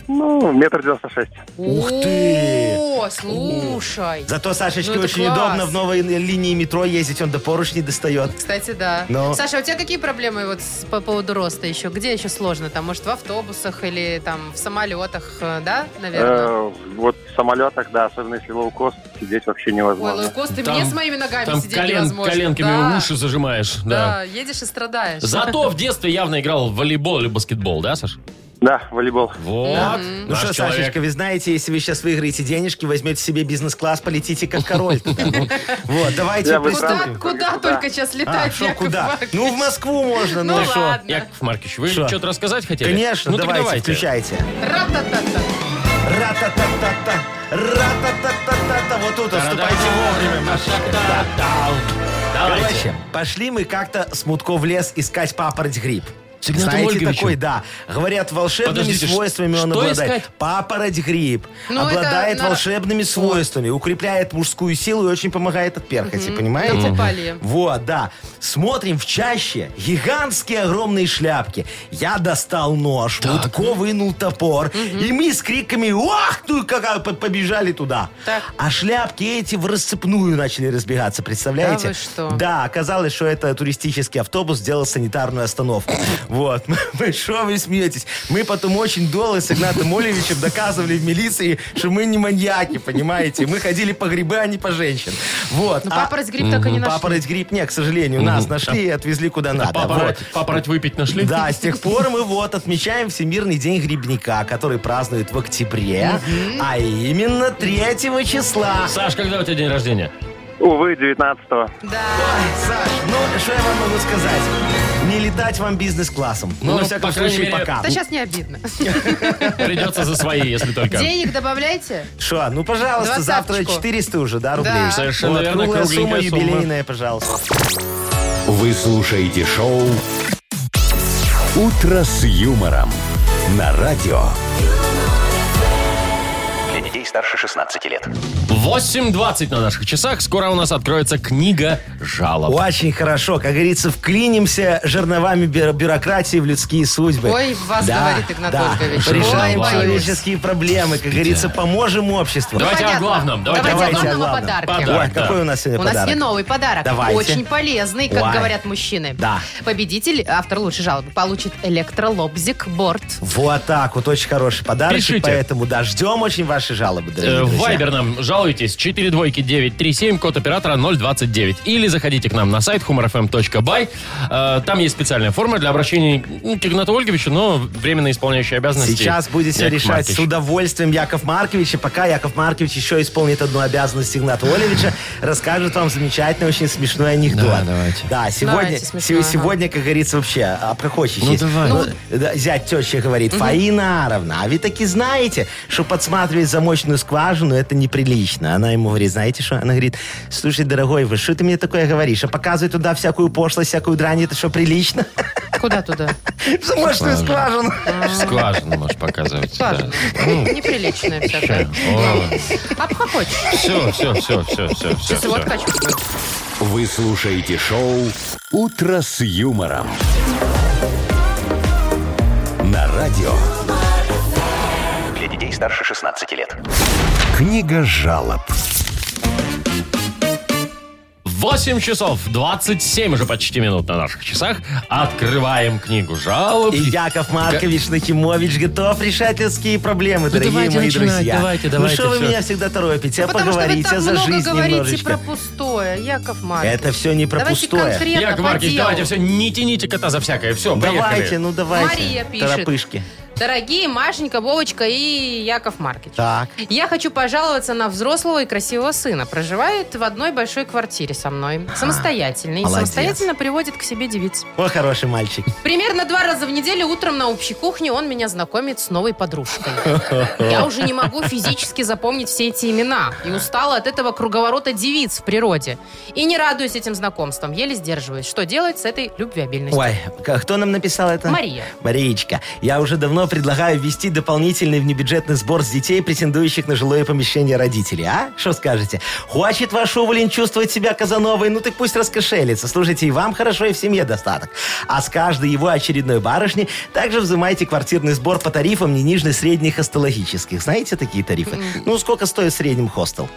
S9: Ну, метр девяносто шесть.
S2: Ух ты!
S3: О, слушай.
S2: Зато Сашечке
S3: Ну, это
S2: очень
S3: класс.
S2: удобно в новой линии метро ездить, он до поручней достает.
S3: Кстати, да.
S2: Но-
S3: Саша, а у тебя какие проблемы вот с- по поводу роста еще? Где еще сложно? Там, может, в автобусах или там в самолетах, э, да, наверное?
S9: Э, вот в самолетах, да, особенно если лоукост, сидеть вообще
S3: Ой,
S9: невозможно.
S3: лоукост, ты
S1: Там-
S3: мне с моими ногами
S1: Там
S3: сидеть
S1: колен-
S3: невозможно.
S1: коленками
S3: да,
S1: уши зажимаешь.
S3: да.
S1: Да.
S3: едешь и страдаешь.
S1: Зато в детстве явно играл в волейбол или баскетбол, да, Саш?
S9: Да, волейбол.
S1: Вот.
S2: Ну
S1: наш
S2: что,
S1: человек.
S2: Сашечка, вы знаете, если вы сейчас выиграете денежки, возьмете себе бизнес-класс, полетите как король. туда. Ну, Вот, давайте
S9: Я бы
S3: Куда,
S9: Правда?
S2: приступим.
S3: куда
S9: Куда?
S3: только сейчас
S2: А,
S3: летать,
S2: что,
S3: Яков
S2: куда?
S3: Маркович?
S2: Ну, в Москву можно,
S3: Ну
S2: ну.
S1: Так что,
S3: ладно.
S1: Яков Маркович, вы
S2: Что?
S1: что-то рассказать хотели?
S2: Конечно,
S1: ну, так
S2: давайте, включайте.
S3: Ра-та-та-та.
S2: Ра-та-та-та-та. Ра-та-та-та-та. Вот тут
S1: Та-да-да.
S2: отступайте вовремя.
S1: Та-та-та-та. Давайте.
S2: Короче, пошли мы как-то с мутко в лес искать папороть гриб.
S1: Сигнату
S2: Знаете,
S1: Ольговичу?
S2: такой, да. Говорят, волшебными
S1: Подождите, ш-
S2: свойствами он
S1: что
S2: обладает.
S1: искать?
S2: Папороть гриб.
S3: Ну, это
S2: обладает
S3: на-
S2: волшебными свойствами, укрепляет мужскую силу и очень помогает от перхоти, понимаете?
S3: Накопали.
S2: Вот, да. Смотрим в чаще. Гигантские огромные шляпки. Я достал нож, Мутко вынул топор. И мы с криками «Ах ты!» как по- побежали туда.
S3: Так.
S2: А шляпки эти в расцепную начали разбегаться, представляете?
S3: Да вы что?
S2: Да, оказалось, что это туристический автобус сделал санитарную остановку. Вот. Мы- Что вы смеетесь? Мы потом очень долго с Игнатом Олевичем доказывали в милиции, что мы не маньяки, понимаете? Мы ходили по грибы, а не по женщин. Вот.
S3: Ну,
S2: А-
S3: папороть гриб так и не нашли.
S2: Папороть гриб, не, к сожалению, нас нашли и отвезли куда надо.
S1: Папороть,
S2: Вот.
S1: папороть выпить нашли?
S2: Да, с тех пор мы вот отмечаем Всемирный день грибника, который празднуют в октябре, а именно 3 числа.
S1: Саш, когда у тебя день рождения?
S9: Увы, 19-го.
S3: Да.
S2: Ой, Саш, ну что я вам могу сказать? Не летать вам бизнес-классом. Ну,
S1: Ну,
S2: во
S1: по
S2: всяком
S1: крайней
S2: случае,
S1: мере,
S2: пока.
S3: Да сейчас не обидно.
S1: Придется за свои, если только.
S3: Денег добавляйте?
S2: Что, ну, пожалуйста, завтра
S3: Двадцаточку.
S2: 400 уже, да, рублей?
S3: Да.
S1: Совершенно верно,
S2: круглая сумма,
S1: кругленькая сумма.
S2: юбилейная, пожалуйста.
S5: Вы слушаете шоу «Утро с юмором» на радио.
S4: Для детей старше 16 лет.
S1: 8.20 на наших часах. Скоро у нас откроется книга жалоб.
S2: Очень хорошо, как говорится, вклинимся жерновами бю- бюрократии в людские судьбы.
S3: Ой, вас говорит Игнат
S2: да.
S3: Ольгович.
S2: Решаем
S1: Ой,
S2: человеческие проблемы, как говорится, поможем обществу.
S1: Давайте о главном, давайте
S3: Давайте,
S1: о
S3: о
S2: главном.
S3: главном
S2: Давайте о
S3: о подарке.
S1: главном.
S2: Ой,
S1: Да.
S2: какой у нас сегодня
S3: У
S2: Э, подарок?
S3: нас есть новый подарок.
S2: Давайте.
S3: Очень полезный, как
S2: Ой.
S3: говорят мужчины.
S2: Да.
S3: Победитель, автор лучшей жалобы, получит электролобзик борт.
S2: Вот так вот, очень хороший подарок.
S1: Пишите.
S2: Поэтому, да, ждем очень ваши жалобы, дорогие
S1: Э, В
S2: друзья.
S1: Вайбер нам жалуйтесь 4 двойки 937, код оператора 029. Или заходите к нам на сайт humorfm.by. Э, Там есть специальная форма для обращения ну, к Игнату Ольговичу, но временно исполняющий обязанности.
S2: Сейчас будете
S1: Яков
S2: решать
S1: Маркович.
S2: с удовольствием Яков Маркович. И пока Яков Маркович еще исполнит одну обязанность Игната Олевича, расскажет вам замечательный, очень смешной анекдот.
S1: Да, давайте.
S2: Да, сегодня,
S3: Давайте, смешной,
S2: се- сегодня как говорится, вообще а, обхохочетесь.
S1: Ну, давай.
S2: да, зять теща говорит, Фаина Аровна, а вы таки знаете, что подсматривать замочную скважину, это неприлично. Она ему говорит, знаете что? Она говорит, слушай, дорогой, вы что ты мне такое говоришь? А показывай туда всякую пошлость, всякую дрянь, это что, прилично?
S3: Куда туда?
S2: В замочную скважину.
S1: Скважину можешь показывать. да.
S3: Важно. Неприличная всякая. Обхохочешь.
S1: Все, все, все, все, все, все.
S3: Если вот качку будет.
S5: Вы слушаете шоу «Утро с юмором» на радио.
S4: Для детей старше 16 лет.
S5: Книга жалоб.
S1: 8 часов 27 уже почти минут на наших часах. Открываем книгу жалоб.
S2: И Яков Маркович Нахимович готов решать людские проблемы, дорогие
S1: Ну, давайте
S2: мои
S1: начинать,
S2: друзья.
S1: давайте,
S2: Ну
S1: давайте,
S2: что вы
S1: всё.
S2: меня всегда торопите? А
S3: Ну, Потому что вы
S2: поговорите
S3: так
S2: за
S3: много
S2: жизнь
S3: говорите
S2: немножечко.
S3: про пустое, Яков Маркович.
S2: Это все не про
S3: Давайте
S2: пустое.
S3: конкретно
S1: Яков
S3: по
S1: Маркович,
S3: делу.
S1: давайте все, не тяните кота за всякое. Все,
S2: Давайте,
S1: поехали.
S2: ну давайте.
S3: Мария пишет.
S2: Торопышки.
S3: Дорогие Машенька, Вовочка и Яков Маркич.
S2: Так.
S3: Я хочу пожаловаться на взрослого и красивого сына. Проживает в одной большой квартире со мной. Самостоятельный. И
S2: молодец.
S3: самостоятельно приводит к себе девиц.
S2: О, хороший мальчик.
S3: Примерно два раза в неделю утром на общей кухне он меня знакомит с новой подружкой. Я уже не могу физически запомнить все эти имена и устала от этого круговорота девиц в природе. И не радуюсь этим знакомствам, еле сдерживаюсь. Что делать с этой любвеобильностью?
S2: Ой, к- кто нам написал это?
S3: Мария.
S2: Мариечка, я уже давно Снова предлагаю ввести дополнительный внебюджетный сбор с детей, претендующих на жилое помещение родителей. А? Что скажете? Хочет ваш уволень чувствовать себя Казановой? Ну так пусть раскошелится. Слушайте, и вам хорошо, и в семье достаток. А с каждой его очередной барышни также взимайте квартирный сбор по тарифам не ниже средних астрологических. Знаете такие тарифы? Ну, сколько стоит в среднем хостел?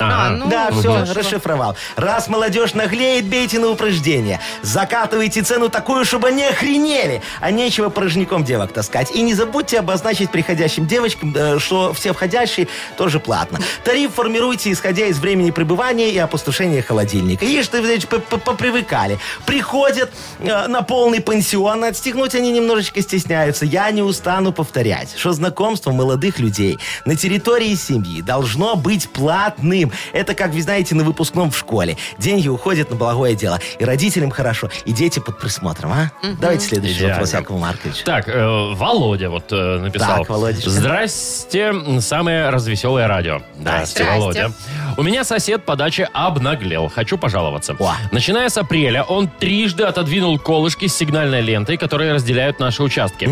S3: А,
S1: Ага.
S3: ну,
S2: да,
S3: вот
S2: все,
S3: хорошо.
S2: расшифровал. Раз молодежь наглеет, бейте на упреждение. Закатывайте цену такую, чтобы они охренели. А нечего порожняком девок таскать. И не забудьте обозначить приходящим девочкам, э, что все входящие тоже платно. Тариф формируйте, исходя из времени пребывания и опустошения холодильника. И что вы знаете, п- п- попривыкали. Приходят э, на полный пансион, отстегнуть они немножечко стесняются. Я не устану повторять, что знакомство молодых людей на территории семьи должно быть платным. Это, как вы знаете, на выпускном в школе. Деньги уходят на благое дело. И родителям хорошо, и дети под присмотром, а? Давайте следующий
S1: Идеально.
S2: вопрос, Якова Маркович.
S1: Так, э, Володя вот э, написал.
S2: Так, Володечка.
S1: Здрасте, самое развеселое радио. Здрасте,
S3: Здрасте.
S1: Володя. У меня сосед по даче обнаглел. Хочу пожаловаться.
S2: О.
S1: Начиная с апреля он трижды отодвинул колышки с сигнальной лентой, которые разделяют наши участки.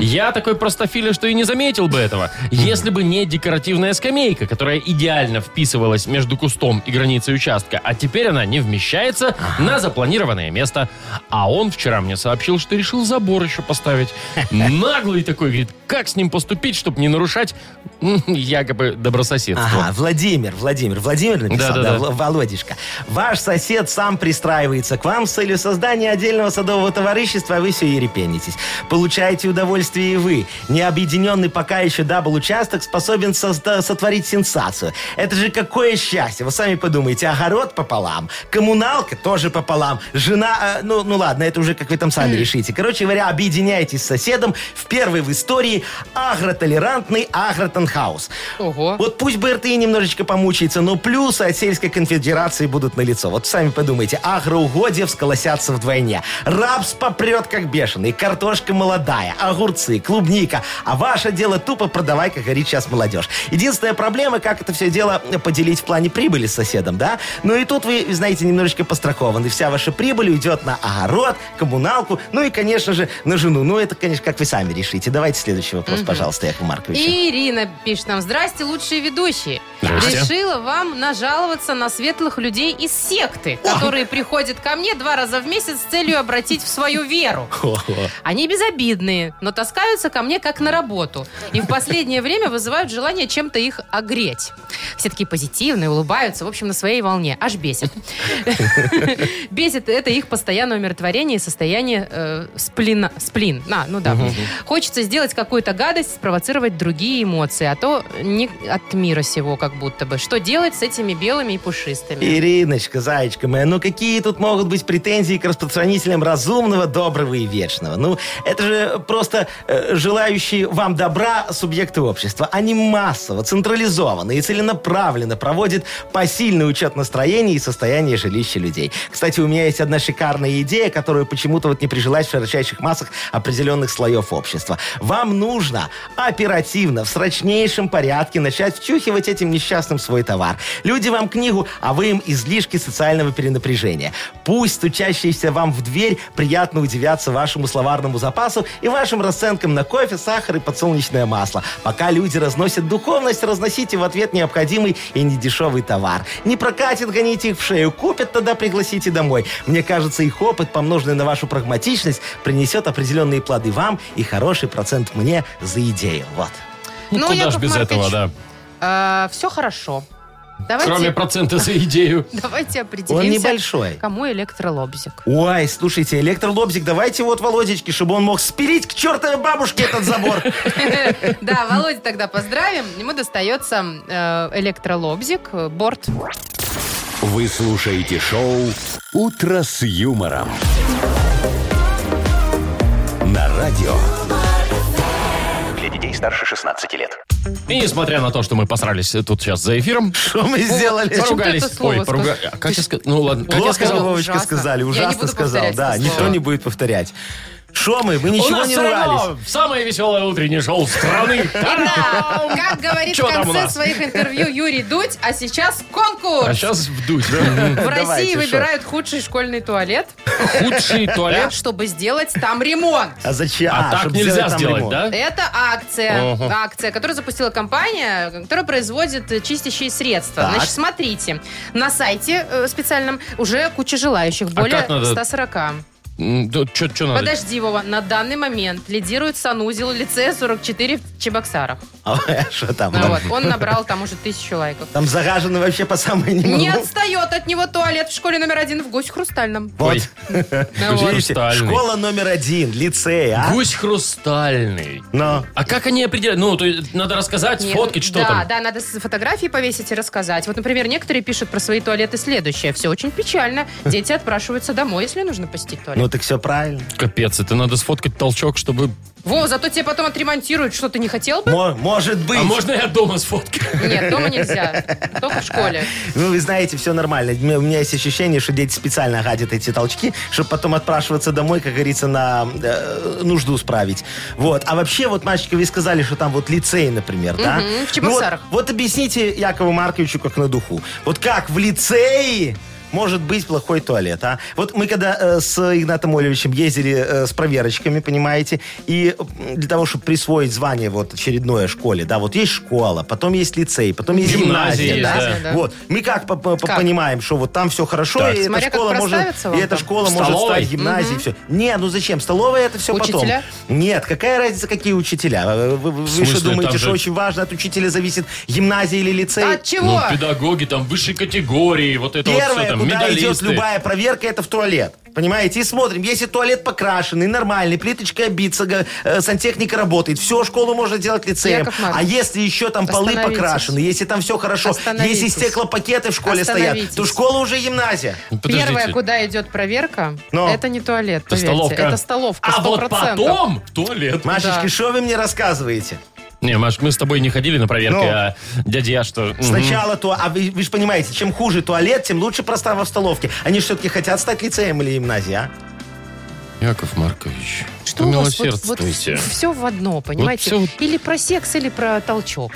S1: Я такой простофиля, что и не заметил бы этого, если бы не декоративная скамейка, которая идеально вписывалась между кустом и границей участка, а теперь она не вмещается на запланированное место. А он вчера мне сообщил, что решил забор еще поставить. Наглый такой, говорит, как с ним поступить, чтобы не нарушать м, якобы добрососедство.
S2: Ага, Владимир, Владимир, Владимир написал, да,
S1: Да-да-да.
S2: Вла- Володишка. Ваш сосед сам пристраивается к вам с целью создания отдельного садового товарищества, а вы все ерепенитесь. Получаете удовольствие и вы. Необъединенный пока еще дабл-участок способен созда- сотворить сенсацию. Это же какое счастье. Вы сами подумайте, огород пополам, коммуналка тоже пополам, жена, э, ну, ну ладно, это уже как вы там сами решите. Короче говоря, объединяйтесь с соседом в первый в истории агротолерантный агротенхаус.
S3: Ого.
S2: Вот пусть БРТ и немножечко помучается, но плюсы от сельской конфедерации будут налицо. Вот сами подумайте, агроугодья всколосятся вдвойне. Рапс попрет как бешеный, картошка молодая, огурцы, клубника. А ваше дело тупо продавай, как говорит сейчас молодежь. Единственная проблема, как это все дело поделить в плане прибыли с соседом, да? Ну и тут вы, знаете, немножечко пострахованы. Вся ваша прибыль уйдет на огород, коммуналку, ну и, конечно же, на жену. Ну это, конечно, как вы сами решите. Давайте следующий вопрос, пожалуйста, Яков Маркович.
S3: И Ирина пишет нам, здрасте, лучшие ведущие.
S1: Здрасте.
S3: Решила вам нажаловаться на светлых людей из секты, которые приходят ко мне два раза в месяц с целью обратить в свою веру. Они безобидные, но таскаются ко мне как на работу. И в последнее время вызывают желание чем-то их огреть. Все такие позитивные, улыбаются, в общем, на своей волне. Аж бесит. Бесит это их постоянное умиротворение и состояние э, сплина. Сплин. На, ну да. Хочется сделать какую-то гадость, спровоцировать другие эмоции, а то не от мира сего как будто бы. Что делать с этими белыми и пушистыми?
S2: Ириночка, зайчка моя, ну какие тут могут быть претензии к распространителям разумного, доброго и вечного? Ну, это же просто э, желающие вам добра субъекты общества. Они массово, централизованно и целенаправленно проводят посильный учет настроений и состояния жилища людей. Кстати, у меня есть одна шикарная идея, которую почему-то вот не прижилась в широчайших массах определенных слоев общества. Вам нужно оперативно, в срочнейшем порядке начать вчухивать этим несчастным свой товар. Люди вам книгу, а вы им излишки социального перенапряжения. Пусть стучащиеся вам в дверь приятно удивятся вашему словарному запасу и вашим расценкам на кофе, сахар и подсолнечное масло. Пока люди разносят духовность, разносите в ответ необходимый и недешевый товар. Не прокатит, гоните их в шею. Купят, тогда пригласите домой. Мне кажется, их опыт, помноженный на вашу прагматичность, принесет определенные плоды вам и хороший процент мне за идею. Вот.
S3: Ну,
S1: Куда ж
S3: Яков
S1: без этого,
S3: Маркович,
S1: да?
S3: все хорошо. Давайте,
S1: Кроме процента за идею.
S3: давайте определимся,
S2: Он небольшой.
S3: кому электролобзик.
S2: Ой, слушайте, электролобзик, давайте вот Володечке, чтобы он мог спилить к чертовой бабушке этот забор.
S3: Да, Володя тогда поздравим. Ему достается э, электролобзик, э, борт.
S5: Вы слушаете шоу «Утро с юмором». На радио.
S4: Для детей старше 16 лет.
S1: И несмотря на то, что мы посрались тут сейчас за эфиром,
S2: Что мы сделали?
S3: Зачем ты
S1: поругались.
S3: это слово
S1: Ой, поруга- А Как я сказал? Ну ладно, как я
S2: Плохо,
S1: сказал?
S2: Вовочка,
S3: Ужасно.
S2: сказали,
S3: Я не
S2: ужасно
S3: буду
S2: сказал.
S3: повторять
S2: Да,
S3: это
S2: никто
S3: слово.
S2: не будет повторять. Шо мы? Мы
S1: У
S2: ничего
S1: нас
S2: не
S1: все равно
S2: ругались.
S1: самое веселое утреннее шоу страны.
S3: Да, как говорит
S1: Чё
S3: в
S1: там у
S3: конце
S1: нас?
S3: своих интервью Юрий Дудь, а сейчас
S1: А
S3: конкурс.
S1: сейчас вдуть. да?
S3: В России
S2: Давайте,
S3: выбирают худший школьный туалет,
S1: Худший туалет.
S3: чтобы сделать там ремонт.
S2: А зачем?
S1: А так
S2: чтоб
S1: нельзя
S2: там
S1: сделать,
S2: ремонт.
S1: да?
S3: Это акция,
S1: Ага.
S3: акция, которую запустила компания, которая производит э, чистящие средства.
S2: Так.
S3: Значит, смотрите, на сайте э, специальном уже куча желающих, более
S1: А как надо?
S3: 140.
S1: Что надо?
S3: Подожди, Вова, на данный момент лидирует санузел лицея 44 в Чебоксарах.
S2: А, Что там?
S3: Ну
S2: Там-
S3: вот, он набрал там уже тысячу лайков.
S2: Там загажено вообще по самой не могу.
S1: Ну.
S3: Не отстает от него туалет в школе номер один в Гусь Хрустальном.
S1: Ой,
S2: Вот,
S3: Ну вот.
S2: видите,
S1: Хрустальный.
S2: школа номер один, лицей, а?
S1: Гусь хрустальный.
S2: Но.
S1: А как они определяют? Ну, то есть надо рассказать,
S3: Не,
S1: фоткать, что
S3: да,
S1: там.
S3: Да, надо с- фотографии повесить и рассказать. Вот, например, некоторые пишут про свои туалеты следующее. Все очень печально. Дети отпрашиваются домой, если нужно посетить
S2: Ну
S3: туалет.
S2: так все правильно.
S1: Капец, это надо сфоткать толчок, чтобы...
S3: Во, зато тебе потом отремонтируют, что ты не хотел бы?
S2: Мо- Может быть.
S1: А можно я дома сфоткаю?
S3: Нет, дома нельзя. Только в школе.
S2: Ну, вы знаете, все нормально. У меня- У меня есть ощущение, что дети специально гадят эти толчки, чтобы потом отпрашиваться домой, как говорится, на э, нужду справить. Вот. А вообще, вот, мальчики, вы сказали, что там вот лицей, например, да?
S3: Мгм, в
S2: Ну, вот-
S3: Чебоксарах.
S2: вот, объясните Якову Марковичу как на духу. Вот как в лицее может быть плохой туалет, а? Вот мы когда э, с Игнатом Олевичем ездили э, с проверочками, понимаете, и м, для того, чтобы присвоить звание вот очередное школе, да, вот есть школа, потом есть лицей, потом есть
S1: Гимназия
S2: гимназия,
S1: есть,
S2: да?
S3: да.
S2: Вот. Мы как, по- по-
S3: Как?
S2: понимаем, что вот там все хорошо,
S1: Так.
S2: и эта
S3: Смотря как
S2: школа может,
S3: проставится вам
S2: и эта
S3: там.
S2: школа
S1: В
S2: может
S1: столовой?
S2: стать гимназией, все. Не, ну зачем? Столовая это все потом.
S3: Учителя?
S2: Нет, какая разница, какие учителя? Вы, вы- вы
S1: смысле?
S2: что думаете,
S1: Там
S2: что
S1: же-
S2: очень важно от учителя зависит гимназия или лицей?
S3: А от чего?
S1: Ну, педагоги там высшей категории, вот это вот все
S2: Первое,
S1: там,
S2: куда идет
S1: медалисты.
S2: любая проверка, это в туалет. Понимаете? И смотрим, если туалет покрашенный, нормальный, плиточка обится, га- э, сантехника работает, все, школу можно делать лицеем.
S3: Яков Маркович,
S2: А если еще там полы
S3: остановитесь.
S2: покрашены, если там все хорошо, если
S3: Остановитесь.
S2: стеклопакеты в школе стоят,
S3: Остановитесь.
S2: то школа уже гимназия.
S1: Ну, подождите.
S3: Первое, куда идет проверка,
S2: Но.
S3: это не туалет, поверьте.
S1: столовка.
S3: Это столовка,
S1: А
S3: 100%.
S1: вот потом в туалет.
S2: Машечки,
S3: Да.
S2: что вы мне рассказываете?
S1: Не, Маш, мы с тобой не ходили на проверки,
S2: Ну.
S1: а дядя я что... мгм.
S2: Сначала то, а вы, вы же понимаете, чем хуже туалет, тем лучше простава в столовке. Они все-таки хотят стать лицеем или гимназией, а?
S1: Яков Маркович,
S3: Что у вас вот,
S1: милосердствуйте.
S3: все в одно, понимаете?
S1: всё вот-
S3: Или про секс, или про толчок.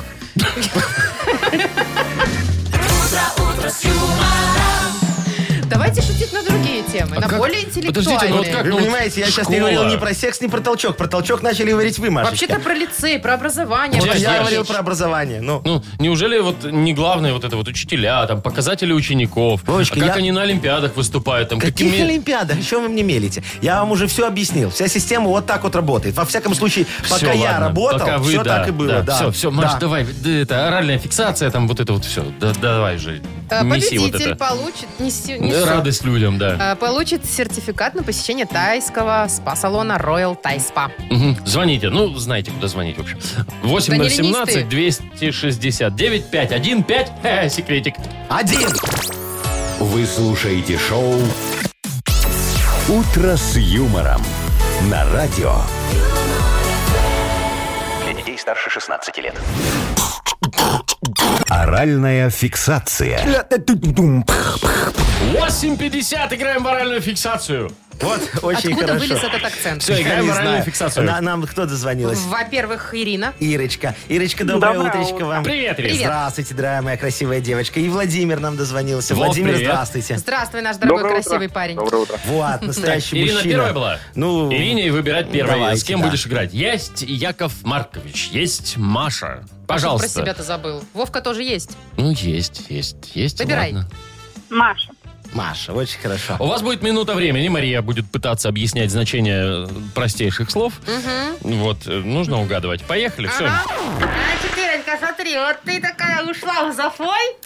S3: Давайте шутить на другие темы,
S1: А
S3: на
S1: как-
S3: более
S1: подождите,
S3: интеллектуальные.
S1: ну вот как
S2: Вы
S1: Ну,
S2: понимаете, я сейчас не
S1: школа.
S2: говорил ни про секс, ни про толчок. Про толчок начали говорить вы, Машечка.
S3: Вообще-то про лицей, про образование.
S1: Вот
S3: про
S2: Я
S1: Подожди,
S2: говорил
S3: школу.
S2: про образование. Ну,
S1: Ну, неужели вот не главное вот это вот учителя, там, показатели учеников,
S2: Вовочка,
S1: а как
S2: я-
S1: они на Олимпиадах выступают, там,
S2: каких
S1: какими...
S2: Олимпиадах? О чем вы мне мелите? Я вам уже все объяснил. Вся система вот так вот работает. Во всяком случае,
S1: Всё,
S2: пока я
S1: ладно,
S2: работал,
S1: пока вы,
S2: все
S1: да,
S2: так и было. Да.
S1: Все, все, Маш,
S2: Да.
S1: давай, да, это оральная фиксация, там, вот это вот все. Да, давай же,
S2: А,
S3: Э,
S1: неси
S3: Победитель
S1: вот это.
S3: получит...
S1: Да,
S3: неси- несу.
S1: Радость людям, да.
S3: Э, Получит сертификат на посещение тайского спа-салона Royal Thai Spa.
S1: Мгм. Звоните, ну, знаете, куда звонить, в общем.
S3: Да не ленись ты.
S1: 8017-269-515, Ха-ха, секретик.
S2: Один.
S5: Вы слушаете шоу «Утро с юмором» на радио.
S4: Для детей старше 16 лет.
S5: Оральная фиксация.
S1: 8.50, играем в оральную фиксацию.
S2: Вот, очень
S3: Откуда
S2: хорошо.
S3: вылез этот акцент?
S1: Все,
S2: Я
S1: играем в
S2: не
S1: оральную
S2: знаю.
S1: фиксацию.
S2: На- нам кто дозвонилась?
S3: Во-первых, Ирина.
S2: Ирочка. Ирочка, доброе,
S6: Доброе
S2: утречко
S6: утро.
S2: вам.
S1: Привет, Ирина.
S3: Привет.
S2: Здравствуйте, дорогая моя красивая девочка. И Владимир нам дозвонился.
S1: Вов,
S2: Владимир,
S1: привет.
S2: здравствуйте.
S3: Здравствуй, наш дорогой
S9: Доброе
S3: красивый
S9: утро.
S3: парень.
S9: Доброе утро.
S2: Вот, настоящий
S1: Ирина
S2: мужчина.
S1: первая была?
S2: Ну,
S1: Ирине выбирать первой.
S2: давайте,
S1: С кем
S2: да.
S1: будешь играть? Есть Яков Маркович, есть Маша. Пожалуйста.
S3: Про себя-то забыл. Вовка тоже есть.
S1: Ну, есть, есть, есть.
S3: Выбирай.
S1: ладно.
S6: Маша.
S2: Маша, очень хорошо.
S1: У вас будет минута времени. Мария будет пытаться объяснять значение э, простейших слов. Вот, э, нужно угадывать. Поехали, все.
S3: А, четверенька, смотри, вот ты такая ушла в зафой,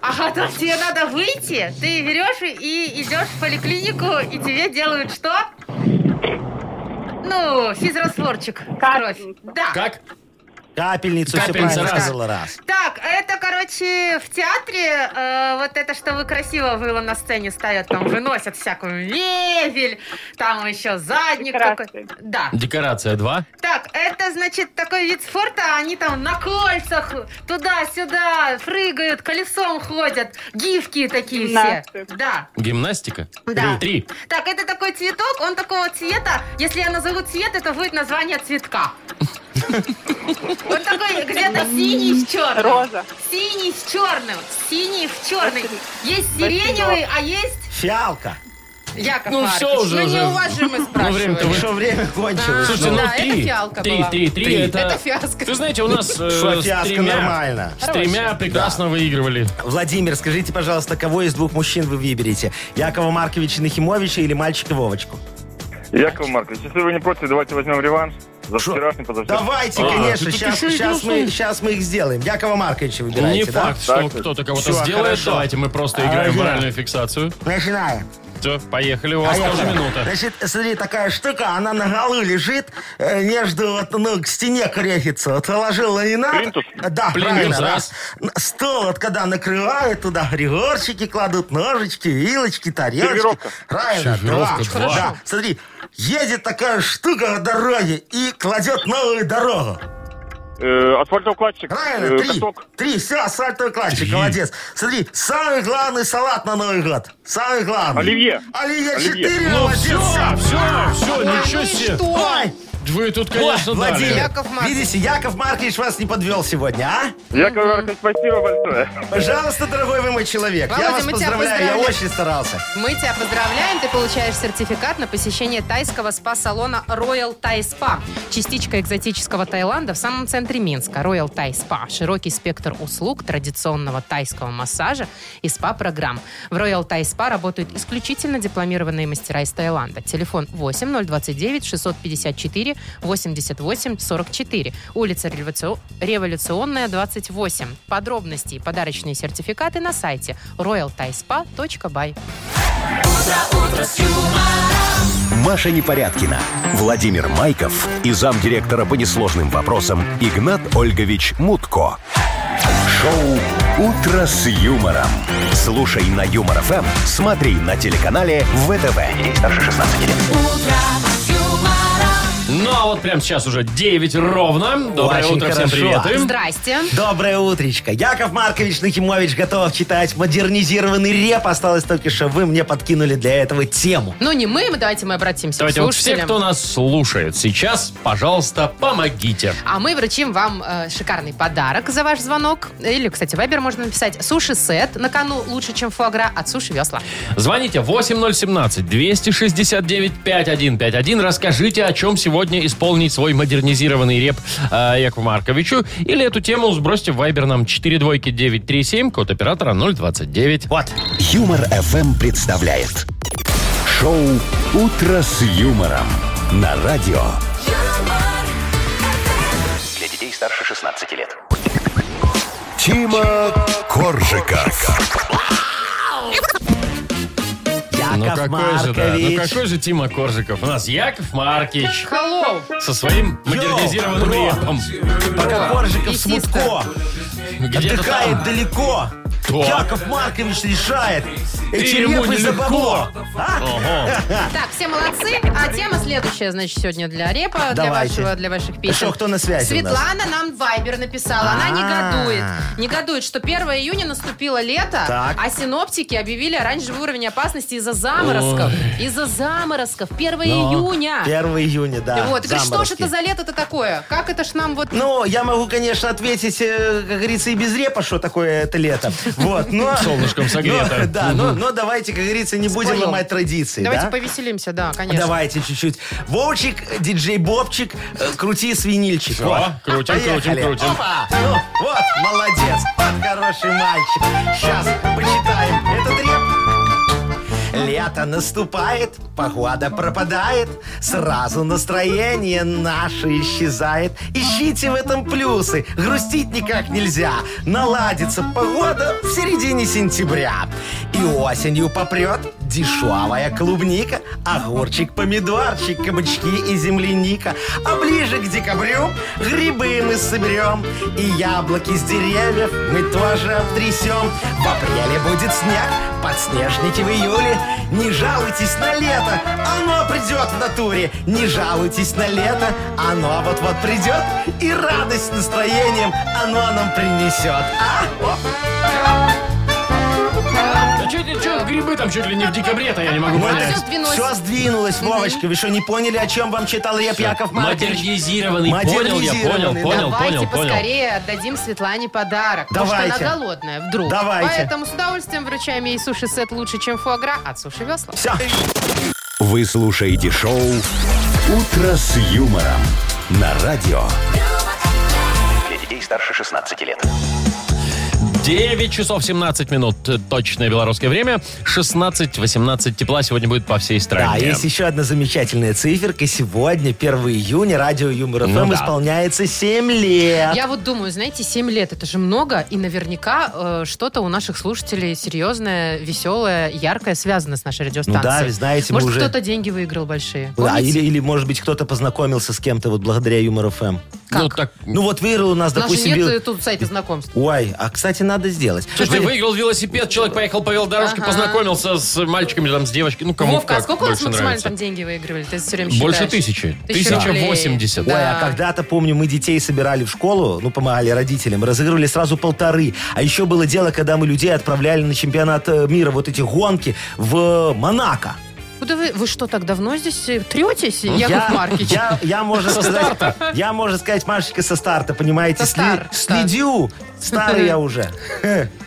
S3: а потом тебе надо выйти, ты берешь и- и идешь в поликлинику, и тебе делают что? Ну, физрастворчик. в Кровь. Да.
S1: Как?
S2: Капельницу, все
S1: Капельница,
S2: правильно
S1: раз.
S2: сказала раз.
S3: Так, а это, короче, в театре э, вот это, что вы красиво было на сцене ставят, там выносят всякую мебель, там еще задник
S6: Декорации.
S3: какой Да.
S1: Декорация 2.
S3: Так, это, значит, такой вид спорта, а они там на кольцах туда-сюда прыгают, колесом ходят, гифки такие все.
S6: Гимнасты.
S3: Да.
S1: Гимнастика.
S3: Да.
S1: Три.
S3: Так, это такой цветок, он такого цвета. Если я назову цвет, это будет название цветка. Он такой где-то синий с черным.
S6: Роза.
S3: Синий с черным. Синий в черный.
S6: Василек.
S3: Есть сиреневый, а есть
S2: Фиалка.
S3: Яков
S1: Ну,
S3: Маркович.
S1: всё уже,
S3: Ну
S1: уже.
S3: не у вас же мы
S1: Ну, время-то
S3: спрашивали.
S1: вы-
S2: Что время кончилось?
S1: Слушайте,
S3: Да,
S1: ну
S3: это
S1: три.
S3: фиалка
S1: Три,
S3: была.
S1: три, три. Это,
S3: Это фиаско.
S1: Вы знаете, у нас э,
S2: Что
S1: с
S2: фиаско
S1: тремя,
S2: нормально.
S1: с тремя прекрасно выигрывали.
S2: Владимир, скажите, пожалуйста, кого из двух мужчин вы выберете? Якова Марковича Нахимовича или мальчика Вовочку?
S9: Яков Маркович, если вы не против, давайте возьмем реванш за
S2: Шо?
S9: вчерашний, позавчерашний.
S2: Давайте,
S1: А,
S2: конечно,
S1: ты тут
S2: сейчас,
S1: еще и
S2: сейчас, мы,
S1: голосуешь?
S2: сейчас мы их сделаем. Якова Марковича
S1: Не
S2: выбираете, да?
S1: факт,
S9: Так
S1: что
S9: вот.
S1: кто-то кого-то
S2: Всё,
S1: сделает.
S2: хорошо. А
S1: Давайте мы просто играем в
S2: Ага.
S1: оральную фиксацию.
S2: Начинаем.
S1: Все, поехали. У вас
S2: Поехали.
S1: тоже минута.
S2: А Значит, смотри, такая штука, она на голу лежит, э, между, вот, ну, к стене крепится. Вот положила не надо.
S9: Плинтус?
S2: Да,
S1: Плинтус,
S2: правильно.
S1: раз.
S2: На Стол, вот когда накрывают, туда пригорщики кладут, ножички, вилочки, тарелочки.
S9: Сервировка.
S2: Правильно,
S1: Сервировка,
S2: два.
S1: два.
S2: Да, смотри, едет такая штука в дороге и кладет новую дорогу.
S9: Э, асфальтоукладчик,
S2: Правильно,
S9: э,
S2: три.
S9: каток.
S2: Три, все, асфальтовый кладчик,
S1: Три.
S2: молодец. Смотри, самый главный салат на Новый год. Самый главный.
S9: Оливье.
S2: Оливье
S9: Оливье.
S2: четыре,
S1: Ну
S2: молодец.
S1: все,
S2: всё.
S1: все, все, ничего
S3: и
S1: себе.
S3: что?
S2: Ой,
S1: Вы тут, конечно,
S2: Ой, Владимир,
S1: дали.
S3: Яков Маркович.
S2: видите, Яков Маркович вас не подвел сегодня, а?
S9: Яков Маркович, спасибо большое.
S2: Пожалуйста, дорогой вы мой человек,
S3: Володя,
S2: я вас
S3: мы тебя
S2: поздравляю, я
S3: поздравляем.
S2: очень старался.
S3: Мы тебя поздравляем, ты получаешь сертификат на посещение тайского спа-салона Royal Thai Spa. Частичка экзотического Таиланда в самом центре Минска. Royal Thai Spa. Широкий спектр услуг традиционного тайского массажа и спа-программ. В Royal Thai Spa работают исключительно дипломированные мастера из Таиланда. Телефон 8 029 654 88 44. Улица Революцио- Революционная, 28. Подробности и подарочные сертификаты на сайте royalthaispa.by.
S5: Маша Непорядкина, Владимир Майков и замдиректора по несложным вопросам Игнат Ольгович Мутко. Шоу «Утро с юмором». Слушай на Юмор ФМ, смотри на телеканале ВТВ. Ей старше 16 лет.
S1: Ну а вот прямо сейчас уже 9 ровно. Доброе
S2: Очень
S1: утро, всем
S2: хорошо.
S1: привет.
S3: Здрасте.
S2: Доброе утречко. Яков Маркович Нахимович готов читать модернизированный реп. Осталось только, что вы мне подкинули для этого тему.
S3: Ну, не мы, мы- давайте мы обратимся
S1: Давайте
S3: к
S1: вот все,
S3: слушателям.
S1: кто нас слушает сейчас, пожалуйста, помогите.
S3: А мы вручим вам э, шикарный подарок за ваш звонок. Или, кстати, вайбер можно написать. Суши-сет на кону лучше, чем фуагра от суши-весла.
S1: Звоните 8017-269-5151. Расскажите, о чем сегодня исполнить свой модернизированный реп э, Якову Марковичу. Или эту тему сбросьте в вайбер нам 42937, код оператора 029.
S2: Вот.
S5: Юмор ФМ представляет. Шоу «Утро с юмором» на радио.
S4: Для детей старше 16 лет.
S5: Тима Коржика.
S2: А Яков
S1: ну какой же,
S2: Маркович.
S1: да, ну какой же Тима Коржиков? У нас Яков Маркич
S3: Hello.
S1: со своим модернизированным
S2: бро.
S1: репом.
S2: Пока Коржиков с
S3: Мясисто.
S2: Мутко
S1: Где-то
S2: отдыхает
S1: там.
S2: далеко.
S1: То.
S2: Яков Маркович решает эти
S1: ему
S2: репы за
S1: нелегко.
S2: бабло. А?
S1: Ого.
S3: Так, все молодцы. А тема следующая, значит, сегодня для репа, для,
S2: Давайте.
S3: вашего, для ваших песен.
S2: Что, кто на связи у А.
S3: Светлана нам вайбер написала. Она негодует.
S2: А-а-а.
S3: Негодует, что 1 июня наступило лето,
S2: Так.
S3: а синоптики объявили оранжевый уровень опасности из-за заморозков. Из-за заморозков. 1
S2: Ну,
S3: июня.
S2: 1 июня, да.
S3: Вот, и говорит, что
S2: А,
S3: ж
S2: заморозки.
S3: это за лето-то такое? Как это ж нам вот...
S2: Ну, я могу, конечно, ответить, э, как говорится, и без репа, что такое это лето. Вот, но...
S1: Солнышком согрето.
S2: Но, Да, но, но давайте, как говорится, не будем
S3: Споем.
S2: ломать традиции,
S3: Давайте
S2: да?
S3: повеселимся, да, конечно.
S2: Давайте чуть-чуть. Вовчик, э, диджей Бобчик, э, крути свинильчик.
S1: Всё, крутим, крутим, крутим.
S2: Опа! Ну, вот, молодец. Вот хороший мальчик. Сейчас почитаем этот реп. Лето наступает, погода пропадает, сразу настроение наше исчезает. Ищите в этом плюсы, грустить никак нельзя. Наладится погода в середине сентября. И осенью попрет, Дешевая клубника, огурчик, помидорчик, кабачки и земляника. А ближе к декабрю грибы мы соберем. И яблоки с деревьев мы тоже обтрясем. В апреле будет снег, подснежники в июле. Не жалуйтесь на лето, оно придет в натуре. Не жалуйтесь на лето, оно вот-вот придет. И радость настроением оно нам принесет. А?
S1: А чё это- чё грибы там чуть ли не в декабре-то, я не могу понять.
S3: всё сдвинулось.
S2: Все сдвинулось, Вовочка. Вы что, не поняли, о чем вам читал реп Яков Маркович?
S1: Модернизированный. Понял я, понял,
S2: Модернизированный,
S1: понял,
S3: Давайте
S1: понял, понял.
S3: поскорее отдадим Светлане подарок. Потому
S2: Давайте.
S3: что она голодная вдруг.
S2: Давайте.
S3: Поэтому с удовольствием вручаем ей суши-сет лучше, чем фуагра от Суши Весла.
S2: Все.
S5: Вы слушаете шоу «Утро с юмором» на радио.
S4: Для детей старше 16 лет.
S1: 9 часов 17 минут. э, Точное белорусское время. 16-18 тепла сегодня будет по всей стране.
S2: Да, есть еще одна замечательная циферка. Сегодня, 1 июня, радио Юмор ФМ
S1: Ну да.
S2: исполняется 7 лет.
S3: Я вот думаю, знаете, 7 лет это же много, и наверняка э, что-то у наших слушателей серьезное, веселое, яркое связано с нашей
S2: Ну
S3: радиостанцией.
S2: да, вы знаете,
S3: Может,
S2: мы уже...
S3: кто-то деньги выиграл большие.
S2: Да,
S3: Помните?
S2: или, или, может быть, кто-то познакомился с кем-то вот благодаря Юмор ФМ.
S1: Ну, так,
S2: Ну вот выиграл у нас,
S3: У нас же
S2: допустим...
S3: нет
S2: вил-
S3: э, тут сайта знакомств.
S2: Ой, а, кстати, надо сделать.
S1: Слушайте, выиграл велосипед, человек поехал по велодорожке,
S3: ну, Ага.
S1: познакомился с мальчиками, там, с девочкой. Ну, кому
S3: Вовка, а
S1: как
S3: сколько у вас
S1: больше
S3: максимально
S1: нравится.
S3: там деньги выигрывали? Ты все время
S1: Больше
S3: считаешь.
S1: тысячи.
S3: Тысяча
S1: Тысяча
S3: рублей.
S1: восемьдесят.
S2: Ой,
S3: Да.
S2: а когда-то, помню, мы детей собирали в школу, ну, помогали родителям, разыгрывали сразу полторы. А еще было дело, когда мы людей отправляли на чемпионат э, мира, вот эти гонки, в э, Монако.
S3: Куда Ну, вы, вы что, так давно здесь э, третесь, Яков
S2: Ну, я,
S3: Маркич?
S2: Я, я, можно сказать, я, можно сказать, Машечка, со старта, понимаете,
S3: Со стар-
S2: сли- следю. Старый я уже.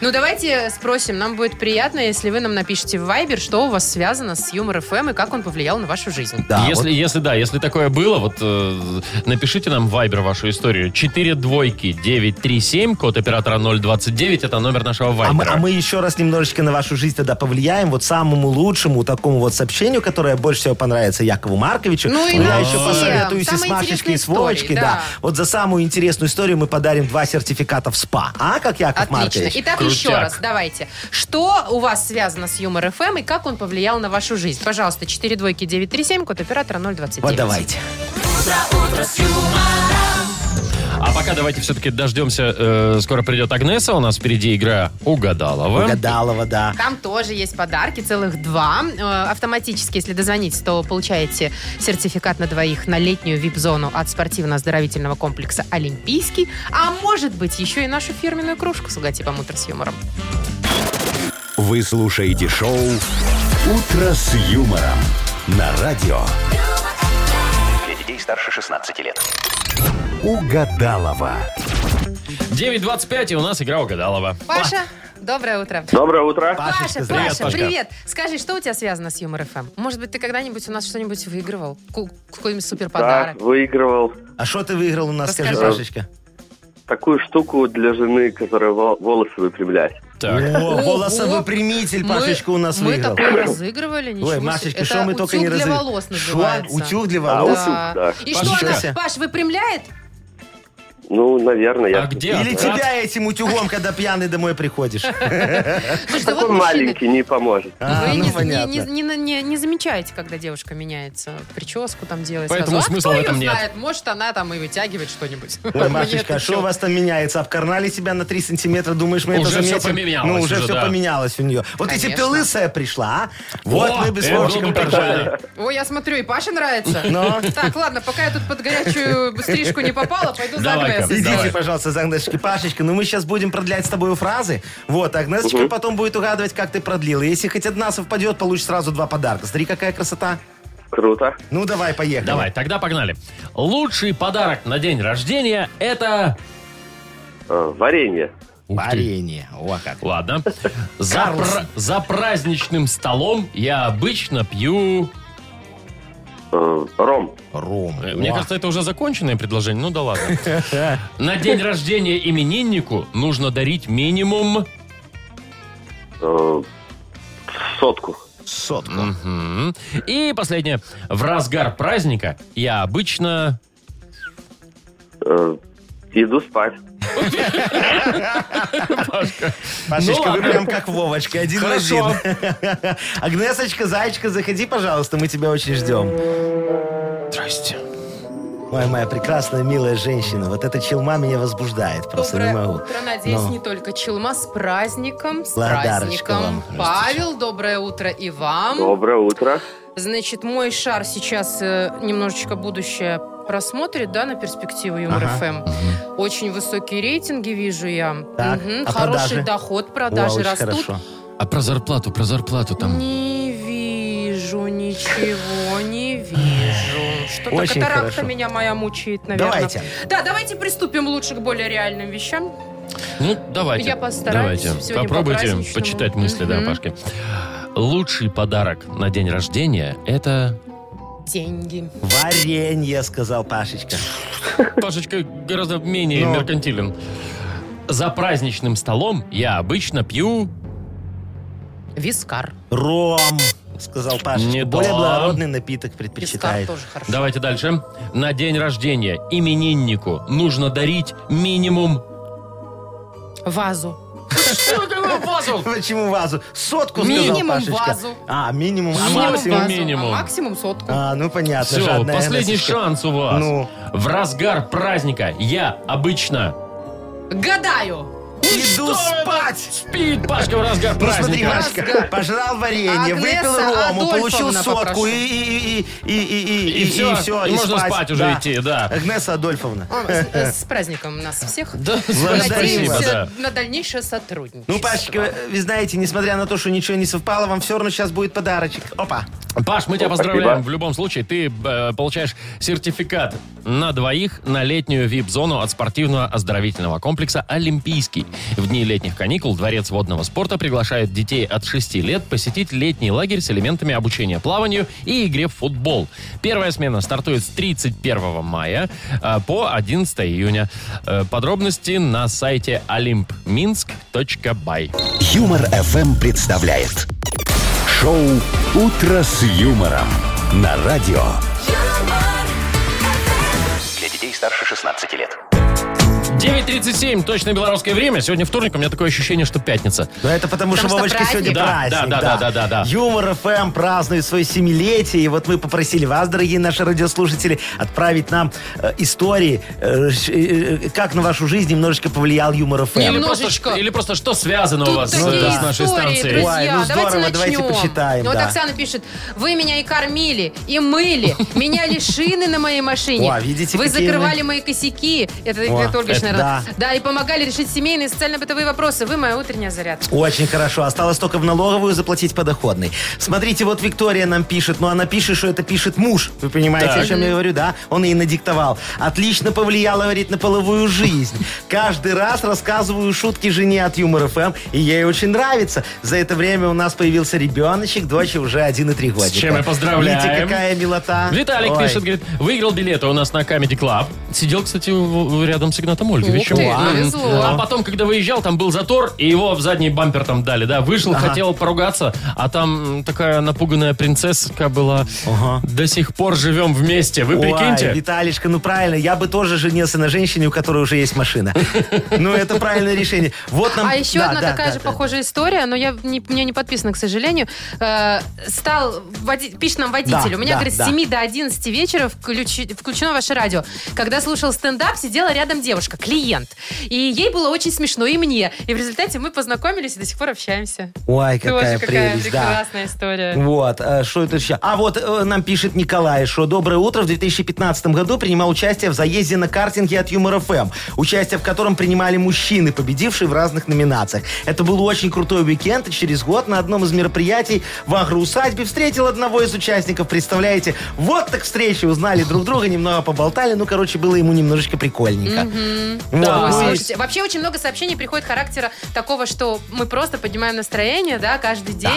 S3: Ну, давайте спросим. Нам будет приятно, если вы нам напишите в Viber, что у вас связано с Юмор ФМ и как он повлиял на вашу жизнь.
S2: Да,
S1: если,
S2: вот.
S1: если да, если такое было, вот э, напишите нам в Viber вашу историю. 4 двойки 937, код оператора 029, это номер нашего Viber.
S2: А мы, а мы еще раз немножечко на вашу жизнь тогда повлияем. Вот самому лучшему такому вот сообщению, которое больше всего понравится Якову Марковичу.
S3: Ну и
S2: я
S3: нам
S2: еще
S3: всем.
S2: посоветуюсь и с
S3: Самые
S2: Машечкой,
S3: интересные
S2: и с Вовочкой.
S3: истории,
S2: Да.
S3: да.
S2: Вот за самую интересную историю мы подарим два сертификата в СПА. А, как Яков
S3: Отлично.
S2: Маркович?
S3: Итак, еще
S1: Крутяк.
S3: раз, давайте. Что у вас связано с Юмор ФМ и как он повлиял на вашу жизнь? Пожалуйста, 4 двойки 937, код оператора 029.
S2: Вот давайте.
S1: А пока давайте все-таки дождемся. э, скоро придет Агнеса. У нас впереди игра Угадалова.
S2: Гадалова, да.
S3: Там тоже есть подарки, целых два. Э, Автоматически, если дозвонитесь, то получаете сертификат на двоих на летнюю вип-зону от спортивно-оздоровительного комплекса «Олимпийский», а может быть, еще и нашу фирменную кружку с логотипом «Утро с юмором».
S5: Вы слушаете шоу «Утро с юмором» на радио.
S4: Для детей старше 16 лет.
S5: Угадалова.
S1: 9.25, и у нас игра Угадалова.
S3: Паша, доброе утро.
S9: Доброе утро.
S3: Паша,
S2: Пашечка,
S3: Паша,
S2: здравствуй.
S3: привет,
S1: Пашка.
S3: Скажи, что у тебя связано с Юмор ФМ? Может быть, ты когда-нибудь у нас что-нибудь выигрывал? Ку- Какой-нибудь супер
S9: Да,
S3: подарок?
S9: выигрывал
S2: А что ты выиграл у нас, скажи,
S3: Расскажи.
S2: Пашечка?
S9: такую штуку для жены, которая во- волосы выпрямляет.
S1: Так. а
S2: О,
S3: Ого.
S2: волосовыпрямитель Пашечка у нас
S3: мы
S2: выиграл.
S3: такое разыгрывали, ничего
S2: Ой,
S3: себе.
S2: Машечка,
S3: Это
S2: что мы только
S3: утюг
S2: не
S3: для
S2: разыграли?
S3: волос
S2: Шо?
S3: называется.
S2: Утюг для
S9: А,
S2: волос?
S9: утюг, да.
S3: И
S1: Пашечка.
S3: что она, Паш, выпрямляет?
S9: Ну, наверное, я...
S1: А где?
S2: Или
S1: ответ?
S2: тебя этим утюгом, когда пьяный домой приходишь.
S3: Потому что
S9: Такой
S3: вот мужчины,
S9: маленький не поможет.
S2: А,
S3: Вы
S2: ну,
S3: не,
S2: понятно.
S3: не- не- не- не- не замечаете, когда девушка меняется, прическу там делает.
S1: Поэтому
S3: сразу.
S1: смысла
S3: а
S1: в
S3: кто
S1: этом
S3: её
S1: нет.
S3: знает? Может, она там и вытягивает что-нибудь.
S2: Ой,
S3: Мне
S2: Машечка,
S3: это
S2: а что у
S3: чё?
S2: вас там меняется? Обкарнали себя на 3 сантиметра, думаешь, мы это
S1: Уже всё
S2: заметим?
S1: поменялось
S2: Ну, уже
S1: уже,
S2: все
S1: да.
S2: поменялось у нее. Вот если бы ты
S3: Конечно.
S2: лысая пришла, а? Вот
S1: О,
S2: мы бы с
S1: э, это было бы
S2: Вовчиком
S1: прикольно.
S2: поржали.
S3: Ой, я смотрю, и Паше нравится.
S2: Но.
S3: Так, ладно, пока я тут под горячую стрижку не попала, пойду за
S1: Давай-ка.
S3: Агнесой.
S2: Идите,
S1: Давай.
S2: пожалуйста, за Агнесочкой. Пашечка, ну мы сейчас будем продлять с тобой фразы. Вот, Агнесочка потом будет угадывать, как ты продлила. Если хоть одна совпадет, получишь сразу два подарка. Смотри, какая красота.
S9: Круто.
S2: Ну, давай, поехали.
S1: Давай, тогда погнали. Лучший подарок на день рождения это...
S9: Э, Варенье.
S1: Ух ты.
S2: Варенье. О, как.
S1: Ладно. За, пра- за праздничным столом я обычно пью...
S9: Э, Ром.
S2: Ром.
S1: Э, Мне
S2: О.
S1: кажется, это уже законченное предложение. Ну да ладно. На день рождения имениннику нужно дарить минимум...
S9: э, Сотку.
S2: сотку.
S1: Мгм. И последнее. В разгар праздника я обычно...
S9: Э, Иду спать.
S1: О,
S2: Пашечка,
S1: Ну
S2: вы
S1: ладно.
S2: прям как Вовочка, один в
S1: Ну, а Хорошо.
S2: один. Агнесочка, Зайчка, заходи, пожалуйста, мы тебя очень ждем.
S1: Здрасте.
S2: Ой, моя прекрасная, милая женщина. Вот эта челма меня возбуждает, просто не
S3: Доброе
S2: могу. Ну,
S3: утро. Надеюсь,
S2: Но-
S3: не только Челма. С праздником, с
S2: Благодарочка
S3: праздником.
S2: вам,
S3: Павел, доброе утро и вам.
S9: Доброе утро.
S3: Значит, мой шар сейчас э, немножечко будущее просмотрит, да, на перспективу Юмор
S2: Ага.
S3: ФМ. Очень высокие рейтинги вижу я.
S2: Так,
S3: Мгм.
S2: а
S3: Хороший
S2: продажи?
S3: доход,
S2: О,
S3: продажи
S2: очень
S3: растут.
S2: хорошо.
S1: А про зарплату, про зарплату там.
S3: Не вижу ничего, не вижу. Что-то
S2: Очень
S3: катаракта
S2: хорошо.
S3: меня моя мучает, наверное.
S2: Давайте.
S3: Да, давайте приступим лучше к более реальным вещам.
S1: Ну, давайте.
S3: Я постараюсь
S1: Давайте.
S3: сегодня
S1: Попробуйте
S3: по-праздничному.
S1: почитать мысли, да,
S3: Мгм.
S1: Пашки. Лучший подарок на день рождения – это...
S3: Деньги.
S2: Варенье, сказал Пашечка.
S1: Пашечка гораздо менее
S2: Ну.
S1: меркантилен. За праздничным столом я обычно пью...
S3: Вискар.
S2: Ром, сказал Пашечка.
S1: Не
S2: Более
S1: да.
S2: благородный напиток
S3: Вискар
S2: предпочитает.
S3: тоже хорошо.
S1: Давайте дальше. На день рождения имениннику нужно дарить минимум...
S3: Вазу.
S1: Что такое вазу?
S2: Почему вазу? Сотку, сказал
S3: Минимум
S2: Пашечка.
S3: вазу.
S2: А, минимум, а
S1: Минимум
S2: максимум?
S3: вазу,
S1: минимум.
S3: а максимум сотку.
S2: А, ну понятно,
S1: Все,
S2: жадная
S1: последний
S2: Агнесочка.
S1: шанс у вас.
S2: Ну.
S1: В разгар праздника я обычно
S3: Гадаю.
S2: Иду спать!
S1: спит Пашка в разгар
S2: Ну смотри,
S1: праздника.
S2: Машечка, пожрал варенье,
S3: Агнеса
S2: выпил рому,
S3: Адольфовна
S2: получил сотку
S3: попрошу.
S2: и и- и- и- и- и-
S1: И всё,
S2: всё,
S1: и можно спать уже идти, да.
S2: Агнеса Адольфовна.
S3: О, С с праздником нас всех.
S1: Да,
S2: Спасибо,
S3: Надеемся
S1: да.
S3: на дальнейшее сотрудничество.
S2: Ну, Пашечка, вы знаете, несмотря на то, что ничего не совпало, вам все равно сейчас будет подарочек. Опа.
S1: Паш, мы тебя
S9: Спасибо.
S1: поздравляем. В любом случае, ты э, получаешь сертификат на двоих на летнюю вип-зону от спортивного оздоровительного комплекса «Олимпийский». В дни летних каникул Дворец водного спорта приглашает детей от 6 лет посетить летний лагерь с элементами обучения плаванию и игре в футбол. Первая смена стартует с 31 мая э, по 11 июня. Э, Подробности на сайте olympminsk.by.
S5: Юмор FM представляет шоу Утро с юмором на радио.
S8: юмор,
S4: Для детей старше 16 лет.
S1: 9.37, точно белорусское время. Сегодня вторник, у меня такое ощущение, что пятница.
S2: Но это потому, что
S3: что
S2: Вовочка
S3: праздник.
S2: сегодня
S1: Да,
S2: праздник.
S1: да, да, да, да, да.
S2: Юмор ФМ празднует свое семилетие. И вот мы попросили вас, дорогие наши радиослушатели, отправить нам э, истории, э, ш- э, как на вашу жизнь немножечко повлиял юмор эм. ФМ.
S1: Или
S3: Немножечко.
S1: просто, ш- или просто что связано у
S3: Тут
S1: вас
S3: такие
S1: э, с нашей
S3: истории,
S1: станцией?
S3: друзья.
S2: Ой, ну
S3: давайте
S2: здорово,
S3: начнем.
S2: давайте почитаем,
S3: Вот
S2: да.
S3: Оксана пишет, вы меня и кормили, и мыли, меняли шины на моей машине.
S2: О, видите,
S3: вы
S2: какие
S3: закрывали мои косяки. Это,
S2: О,
S3: это Ольга
S2: это да.
S3: наверное. Да, и помогали решить семейные и социально-бытовые вопросы. Вы моя утренняя зарядка.
S2: Очень хорошо. Осталось только в налоговую заплатить подоходный. Смотрите, вот Виктория нам пишет, но она пишет, что это пишет муж. Вы понимаете, о чем я говорю, да? Он ей надиктовал. Отлично повлияло, говорит, на половую жизнь. Каждый раз рассказываю шутки жене от Юмор ФМ, и ей очень нравится. За это время у нас появился ребеночек, дочь уже 1,3 годика.
S1: чем и поздравляем.
S2: Видите, какая милота.
S1: Виталик
S2: Ой.
S1: пишет, говорит, выиграл билеты у нас на Comedy Club. Сидел, кстати, в- рядом с Игнатом Ольговичем.
S3: Ух ты, ну,
S1: М.
S3: повезло.
S1: А потом, когда выезжал, там был затор, и его в задний бампер там дали, да. Вышел, хотел поругаться, а там м, такая напуганная принцесска была. До сих пор живем вместе, вы
S2: Ой,
S1: прикиньте.
S2: Виталишка, ну правильно, я бы тоже женился на женщине, у которой уже есть машина. Ну, это правильное решение. Вот нам...
S3: А еще
S2: да,
S3: одна
S2: да,
S3: такая
S2: да,
S3: же
S2: да.
S3: похожая история, но я не, у меня не подписана, к сожалению. Э, стал води- пишет нам водитель.
S2: Да,
S3: у меня,
S2: да,
S3: говорит,
S2: да.
S3: с 7 до 11 вечера включи- включено ваше радио. Когда слушал стендап, сидела рядом девушка, клиент. И ей было очень смешно, и мне. И в результате мы познакомились и до сих пор общаемся.
S2: Ой, какая
S3: Тоже какая
S2: прелесть, да.
S3: прекрасная история.
S2: Вот, э, что это еще? А вот э, нам пишет Николай, что доброе утро. В 2015 году принимал участие в заезде на картинге от Юмор ФМ, участие в котором принимали мужчины, победившие в разных номинациях. Это был очень крутой уикенд, и через год на одном из мероприятий в агроусадьбе встретил одного из участников. Представляете, вот так встречи узнали друг друга, немного поболтали. Ну, короче, было ему немножечко прикольненько. Вот.
S3: Ой,
S2: Ну, и
S3: слушайте, вообще очень много сообщений приходит характера такого, что мы просто поднимаем настроение, да, каждый день.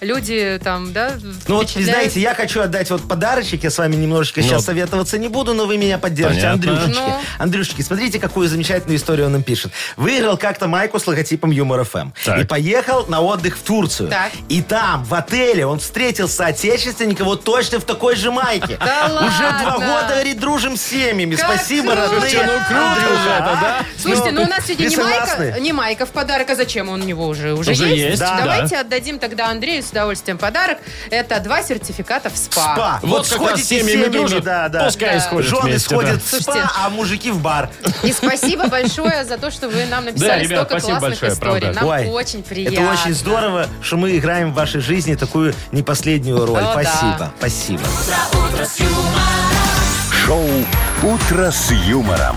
S3: Люди там, да,
S2: Ну вот, вы
S3: впечатляют.
S2: знаете, я хочу отдать вот подарочек. Я с вами немножечко
S1: Ну.
S2: сейчас советоваться не буду, но вы меня поддержите.
S1: Понятно.
S2: Андрюшечки,
S3: Ну.
S2: Андрюшечки, смотрите, какую замечательную историю он нам пишет. Выиграл как-то майку с логотипом Юмор ФМ.
S1: Так.
S2: И поехал на отдых в Турцию.
S3: Так.
S2: И там, в отеле, он встретил соотечественника вот точно в такой же майке.
S3: Да
S2: Уже два
S3: ладно?
S2: года, говорит, дружим с семьями.
S3: Как
S2: Спасибо,
S3: круто!
S2: родные.
S3: Слушайте, ну круто
S2: Андрюша,
S1: же. это, да?
S3: Слушайте, ну у нас сегодня
S2: не
S3: не Майка,
S2: согласны?
S3: не Майка в подарок, а зачем он у него уже? Уже,
S1: Уже есть, да.
S3: Давайте отдадим тогда Андрею с удовольствием подарок. Это два сертификата в СПА.
S2: Спа.
S1: Вот как раз
S2: сходите с
S1: семьями дружат,
S2: да, да.
S1: пускай сходят
S2: Жены
S1: вместе,
S2: сходят
S1: да.
S2: в
S3: Слушайте.
S2: спа, а мужики в бар.
S3: И спасибо большое за то, что вы нам написали
S1: Да, ребят,
S3: столько
S1: спасибо
S3: классных
S1: большое,
S3: историй.
S1: правда.
S3: Нам
S2: Ой,
S3: очень приятно.
S2: Это очень здорово, что мы играем в вашей жизни такую не последнюю роль.
S3: О, да.
S2: спасибо, спасибо.
S5: Шоу «Утро с юмором».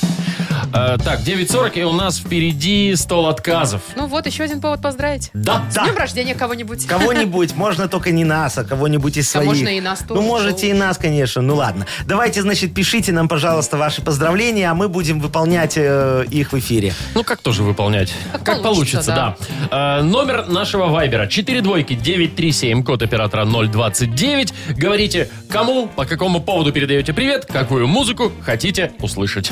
S1: Э, Так, 9.40, и у нас впереди стол отказов.
S3: Ну вот, еще один повод поздравить.
S1: Да.
S3: С
S2: Да.
S3: днем рождения кого-нибудь.
S2: Кого-нибудь, можно только не нас, а кого-нибудь из
S3: А
S2: своих.
S3: можно и нас
S2: Ну,
S3: тоже.
S2: можете и нас, конечно. Ну, ладно. Давайте, значит, пишите нам, пожалуйста, ваши поздравления, а мы будем выполнять э, их в эфире.
S1: Ну, как тоже выполнять?
S3: Как
S1: получится,
S3: получится,
S1: да. Э, номер нашего вайбера 4 двойки 937, код оператора 029. Говорите, кому, по какому поводу передаете привет, какую музыку хотите услышать.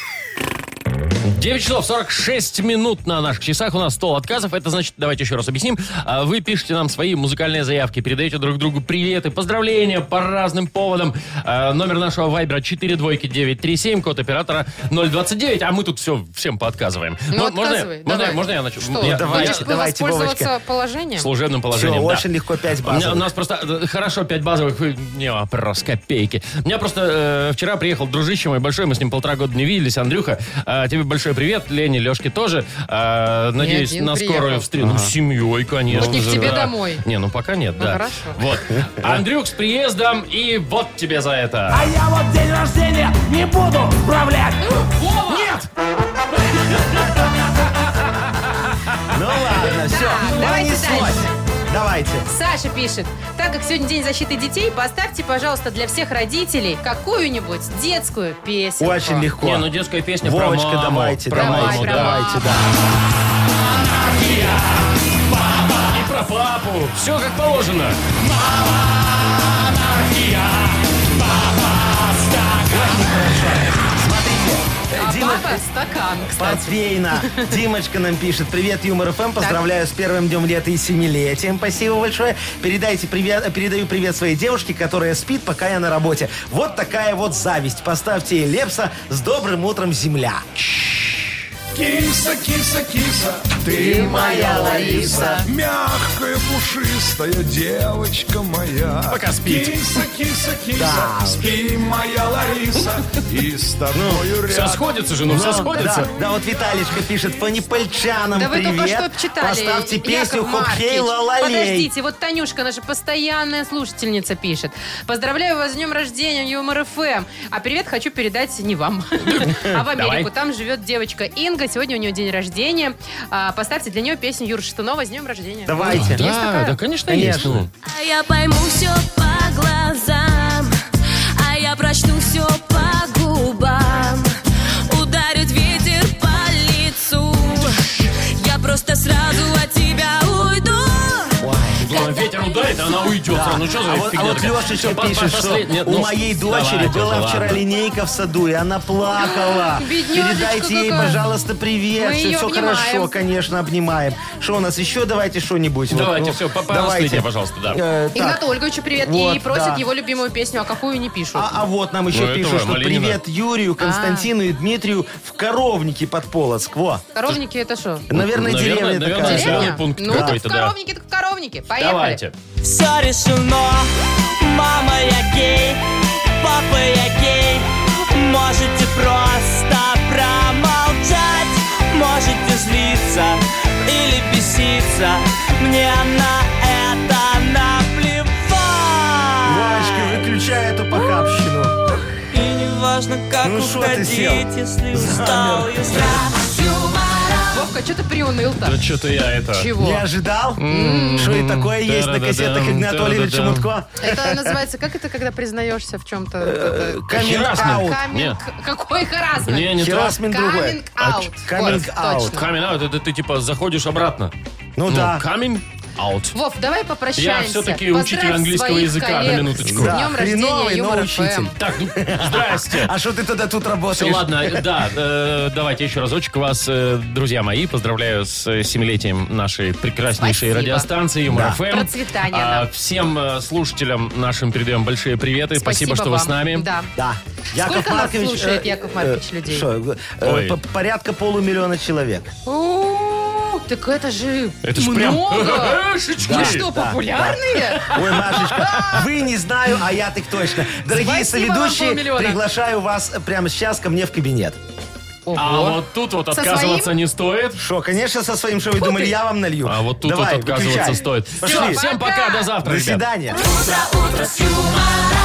S1: 9 часов 46 минут на наших часах. У нас стол отказов. Это значит, давайте еще раз объясним. А, Вы пишете нам свои музыкальные заявки, передаете друг другу приветы, поздравления по разным поводам. А, Номер нашего вайбера 4 двойки 937, код оператора 029. А мы тут все всем поотказываем.
S3: Ну,
S1: Мо- можно, я-
S3: отказывай,
S1: можно, я-
S3: давай.
S1: можно я начну?
S3: Что,
S1: Я-
S2: давай.
S3: будешь
S1: я-
S3: бы
S2: давайте,
S3: воспользоваться
S2: Вовочка.
S3: положением?
S1: служебным положением,
S2: Все,
S1: да.
S2: очень легко, 5
S1: У меня-
S2: базовых.
S1: У нас просто э, хорошо 5 базовых, э, не вопрос, копейки. У меня просто э, вчера приехал дружище мой большой, мы с ним полтора года не виделись, Андрюха. э, тебе большой привет, Лене, Лешке тоже. Э, надеюсь,
S3: один
S1: на
S3: приехал.
S1: скорую встречу. Ну, с семьей, конечно.
S3: Вот не к
S1: же,
S3: тебе
S1: да.
S3: домой.
S1: Не, ну пока нет,
S3: Ну,
S1: да.
S3: хорошо.
S1: Вот. Андрюх, с приездом, и вот тебе за это.
S2: Ну ладно, все.
S3: давайте дальше.
S2: Давайте.
S3: Саша пишет, так как сегодня День защиты детей, поставьте, пожалуйста, для всех родителей какую-нибудь детскую песню.
S2: Очень легко.
S1: Не, ну детская песня
S2: Вовочка,
S1: про маму.
S2: давайте,
S1: про
S2: давайте,
S1: маму, да.
S2: давайте, да.
S1: И про папу. Все как положено.
S3: А
S2: Дима-
S3: папа стакан, кстати.
S2: Портвейна. Димочка нам пишет. Привет, Юмор ФМ. Поздравляю с первым днем лета и семилетием. Спасибо большое. Передайте привет, э, передаю привет своей девушке, которая спит, пока я на работе. Вот такая вот зависть. Поставьте ей Лепса с добрым утром, земля.
S10: Киса, киса, киса,
S2: Ты моя Лариса.
S10: мягкая, пушистая девочка моя.
S1: Пока спит.
S10: Киса, киса, киса,
S2: Да.
S10: спи, моя Лариса, и с
S9: Ну,
S10: тобою
S1: Все
S10: рядом.
S1: сходится же, ну, все сходится.
S2: Да, да, вот Виталичка пишет, фанипольчанам
S3: Да вы
S2: привет.
S3: только что читали.
S2: Поставьте
S3: Яков
S2: песню «Хоккей
S3: Маркович.
S2: лалалей».
S3: Подождите, вот Танюшка, наша постоянная слушательница, пишет. Поздравляю вас с днем рождения, Юмор ФМ. А привет хочу передать не вам, а в
S1: Давай.
S3: Америку. Там живет девочка Инга. Сегодня у нее день рождения. А, Поставьте для нее песню Юры Шатунова с днем рождения.
S2: Давайте.
S3: Есть
S1: Да,
S3: такая?
S1: да, конечно, есть.
S2: Конечно.
S1: ну.
S8: А я пойму все по глазам, а я прочту все по губам. Ударит ветер по лицу, я просто сразу от тебя уйду.
S1: Ну, а ветер ударит, а она уйдет.
S2: Да.
S1: Ну что за
S2: а вот,
S1: фигня
S2: а вот
S1: такая?
S2: Лешечка
S1: Всё, по- по-
S2: пишет, что
S1: послед- нет,
S2: у
S1: ну,
S2: моей дочери
S1: давайте,
S2: была
S1: ладно.
S2: вчера линейка в саду, и она плакала.
S3: Бедняжечка
S2: Передайте ей,
S3: какая.
S2: пожалуйста, привет.
S3: Мы
S2: все,
S3: её обнимаем.
S2: хорошо, конечно, обнимаем. Что у нас еще? Давайте что-нибудь. Вот,
S1: Давайте,
S2: ну,
S1: все, по- по
S2: давайте.
S1: последнее, пожалуйста, да.
S2: Э, так.
S3: Игнату Ольговичу привет.
S2: Вот,
S3: И просит
S2: да.
S3: его любимую песню, а какую не пишут.
S2: А, а вот нам еще
S1: Ну, это
S2: пишут,
S1: вам,
S2: что
S1: Малинина.
S2: привет
S3: А.
S2: Юрию, Константину и Дмитрию в коровнике под Полоцк. Во.
S3: Коровники это что?
S1: Наверное,
S2: Наверное, деревня
S1: наверное,
S2: такая.
S1: деревня.
S2: да.
S1: населенный пункт
S3: Ну, так
S1: какой-то,
S3: в
S1: да.
S3: коровнике, так в коровнике. Поехали.
S1: Давайте.
S7: Все решено, мама я гей, папа я гей. Можете просто промолчать, можете злиться или беситься. Мне на это
S2: Вовочка,
S7: наплевать.
S2: выключай эту похабщину.
S7: И не важно, как
S2: Ну шо ты сел?
S7: уходить, если устал, если...
S3: Вовка, что ты приуныл-то?
S1: Да что-то я это...
S3: Чего?
S2: Не ожидал, что и такое есть на
S1: Та-ра-да-дам,
S2: кассетах Игната Олеговича
S1: та-ра-да-дам.
S2: Мутко?
S3: Это называется, как это, когда признаешься в чем-то?
S1: Э,
S3: Это-
S2: Каминг-аут.
S3: Каминг... Какой харасмент?
S1: Не, не то.
S2: Херасмент другой.
S1: А
S3: Каминг аут.
S2: Каминг-аут.
S1: Камин, а, это ты типа заходишь обратно.
S2: Ну да.
S1: камень Out.
S3: Вов, давай попрощаемся.
S1: Я все-таки учитель
S3: Поздравь
S1: английского
S3: своих
S1: языка,
S3: коллег
S1: на минуточку.
S3: С днем
S2: Да,
S3: рождения
S2: хреновый, но
S3: Юмор Эм.
S2: учитель.
S3: ФМ.
S1: Так, ну, здрасте.
S2: А что ты тогда тут
S1: Все,
S2: работаешь?
S1: ладно, да, э, давайте еще разочек вас, э, друзья мои, поздравляю с э, семилетием нашей прекраснейшей
S3: Спасибо.
S1: радиостанции Юмор
S2: Да.
S1: ФМ.
S3: Процветания
S1: А,
S3: нам.
S1: всем э, слушателям нашим передаем большие приветы. Спасибо, что вы
S3: вам.
S1: с нами.
S3: Да.
S2: Да. э,
S3: Сколько нас слушает Яков Маркович людей?
S2: шо, э,
S1: Ой.
S2: по- порядка полумиллиона человек.
S3: У, Так это же
S1: Это ж прям...
S3: много.
S1: Шички.
S3: Вы что,
S2: да,
S3: популярные?
S2: Ой, Машечка, вы не знаю, а я так точно. Дорогие
S3: Спасибо вам,
S2: соведущие,
S3: полмиллиона.
S2: приглашаю вас прямо сейчас ко мне в кабинет.
S1: А
S3: Ого.
S1: вот тут вот
S3: Со
S1: отказываться
S3: своим?
S1: не стоит.
S2: Шо, конечно, со своим шоу, думали, я вам налью.
S1: А вот тут
S2: Давай,
S1: вот отказываться
S2: выключай.
S1: стоит. Всё,
S2: Пошли.
S1: всем пока, до завтра,
S2: До
S1: ребят.
S2: свидания.
S8: Утро, утро с юмором.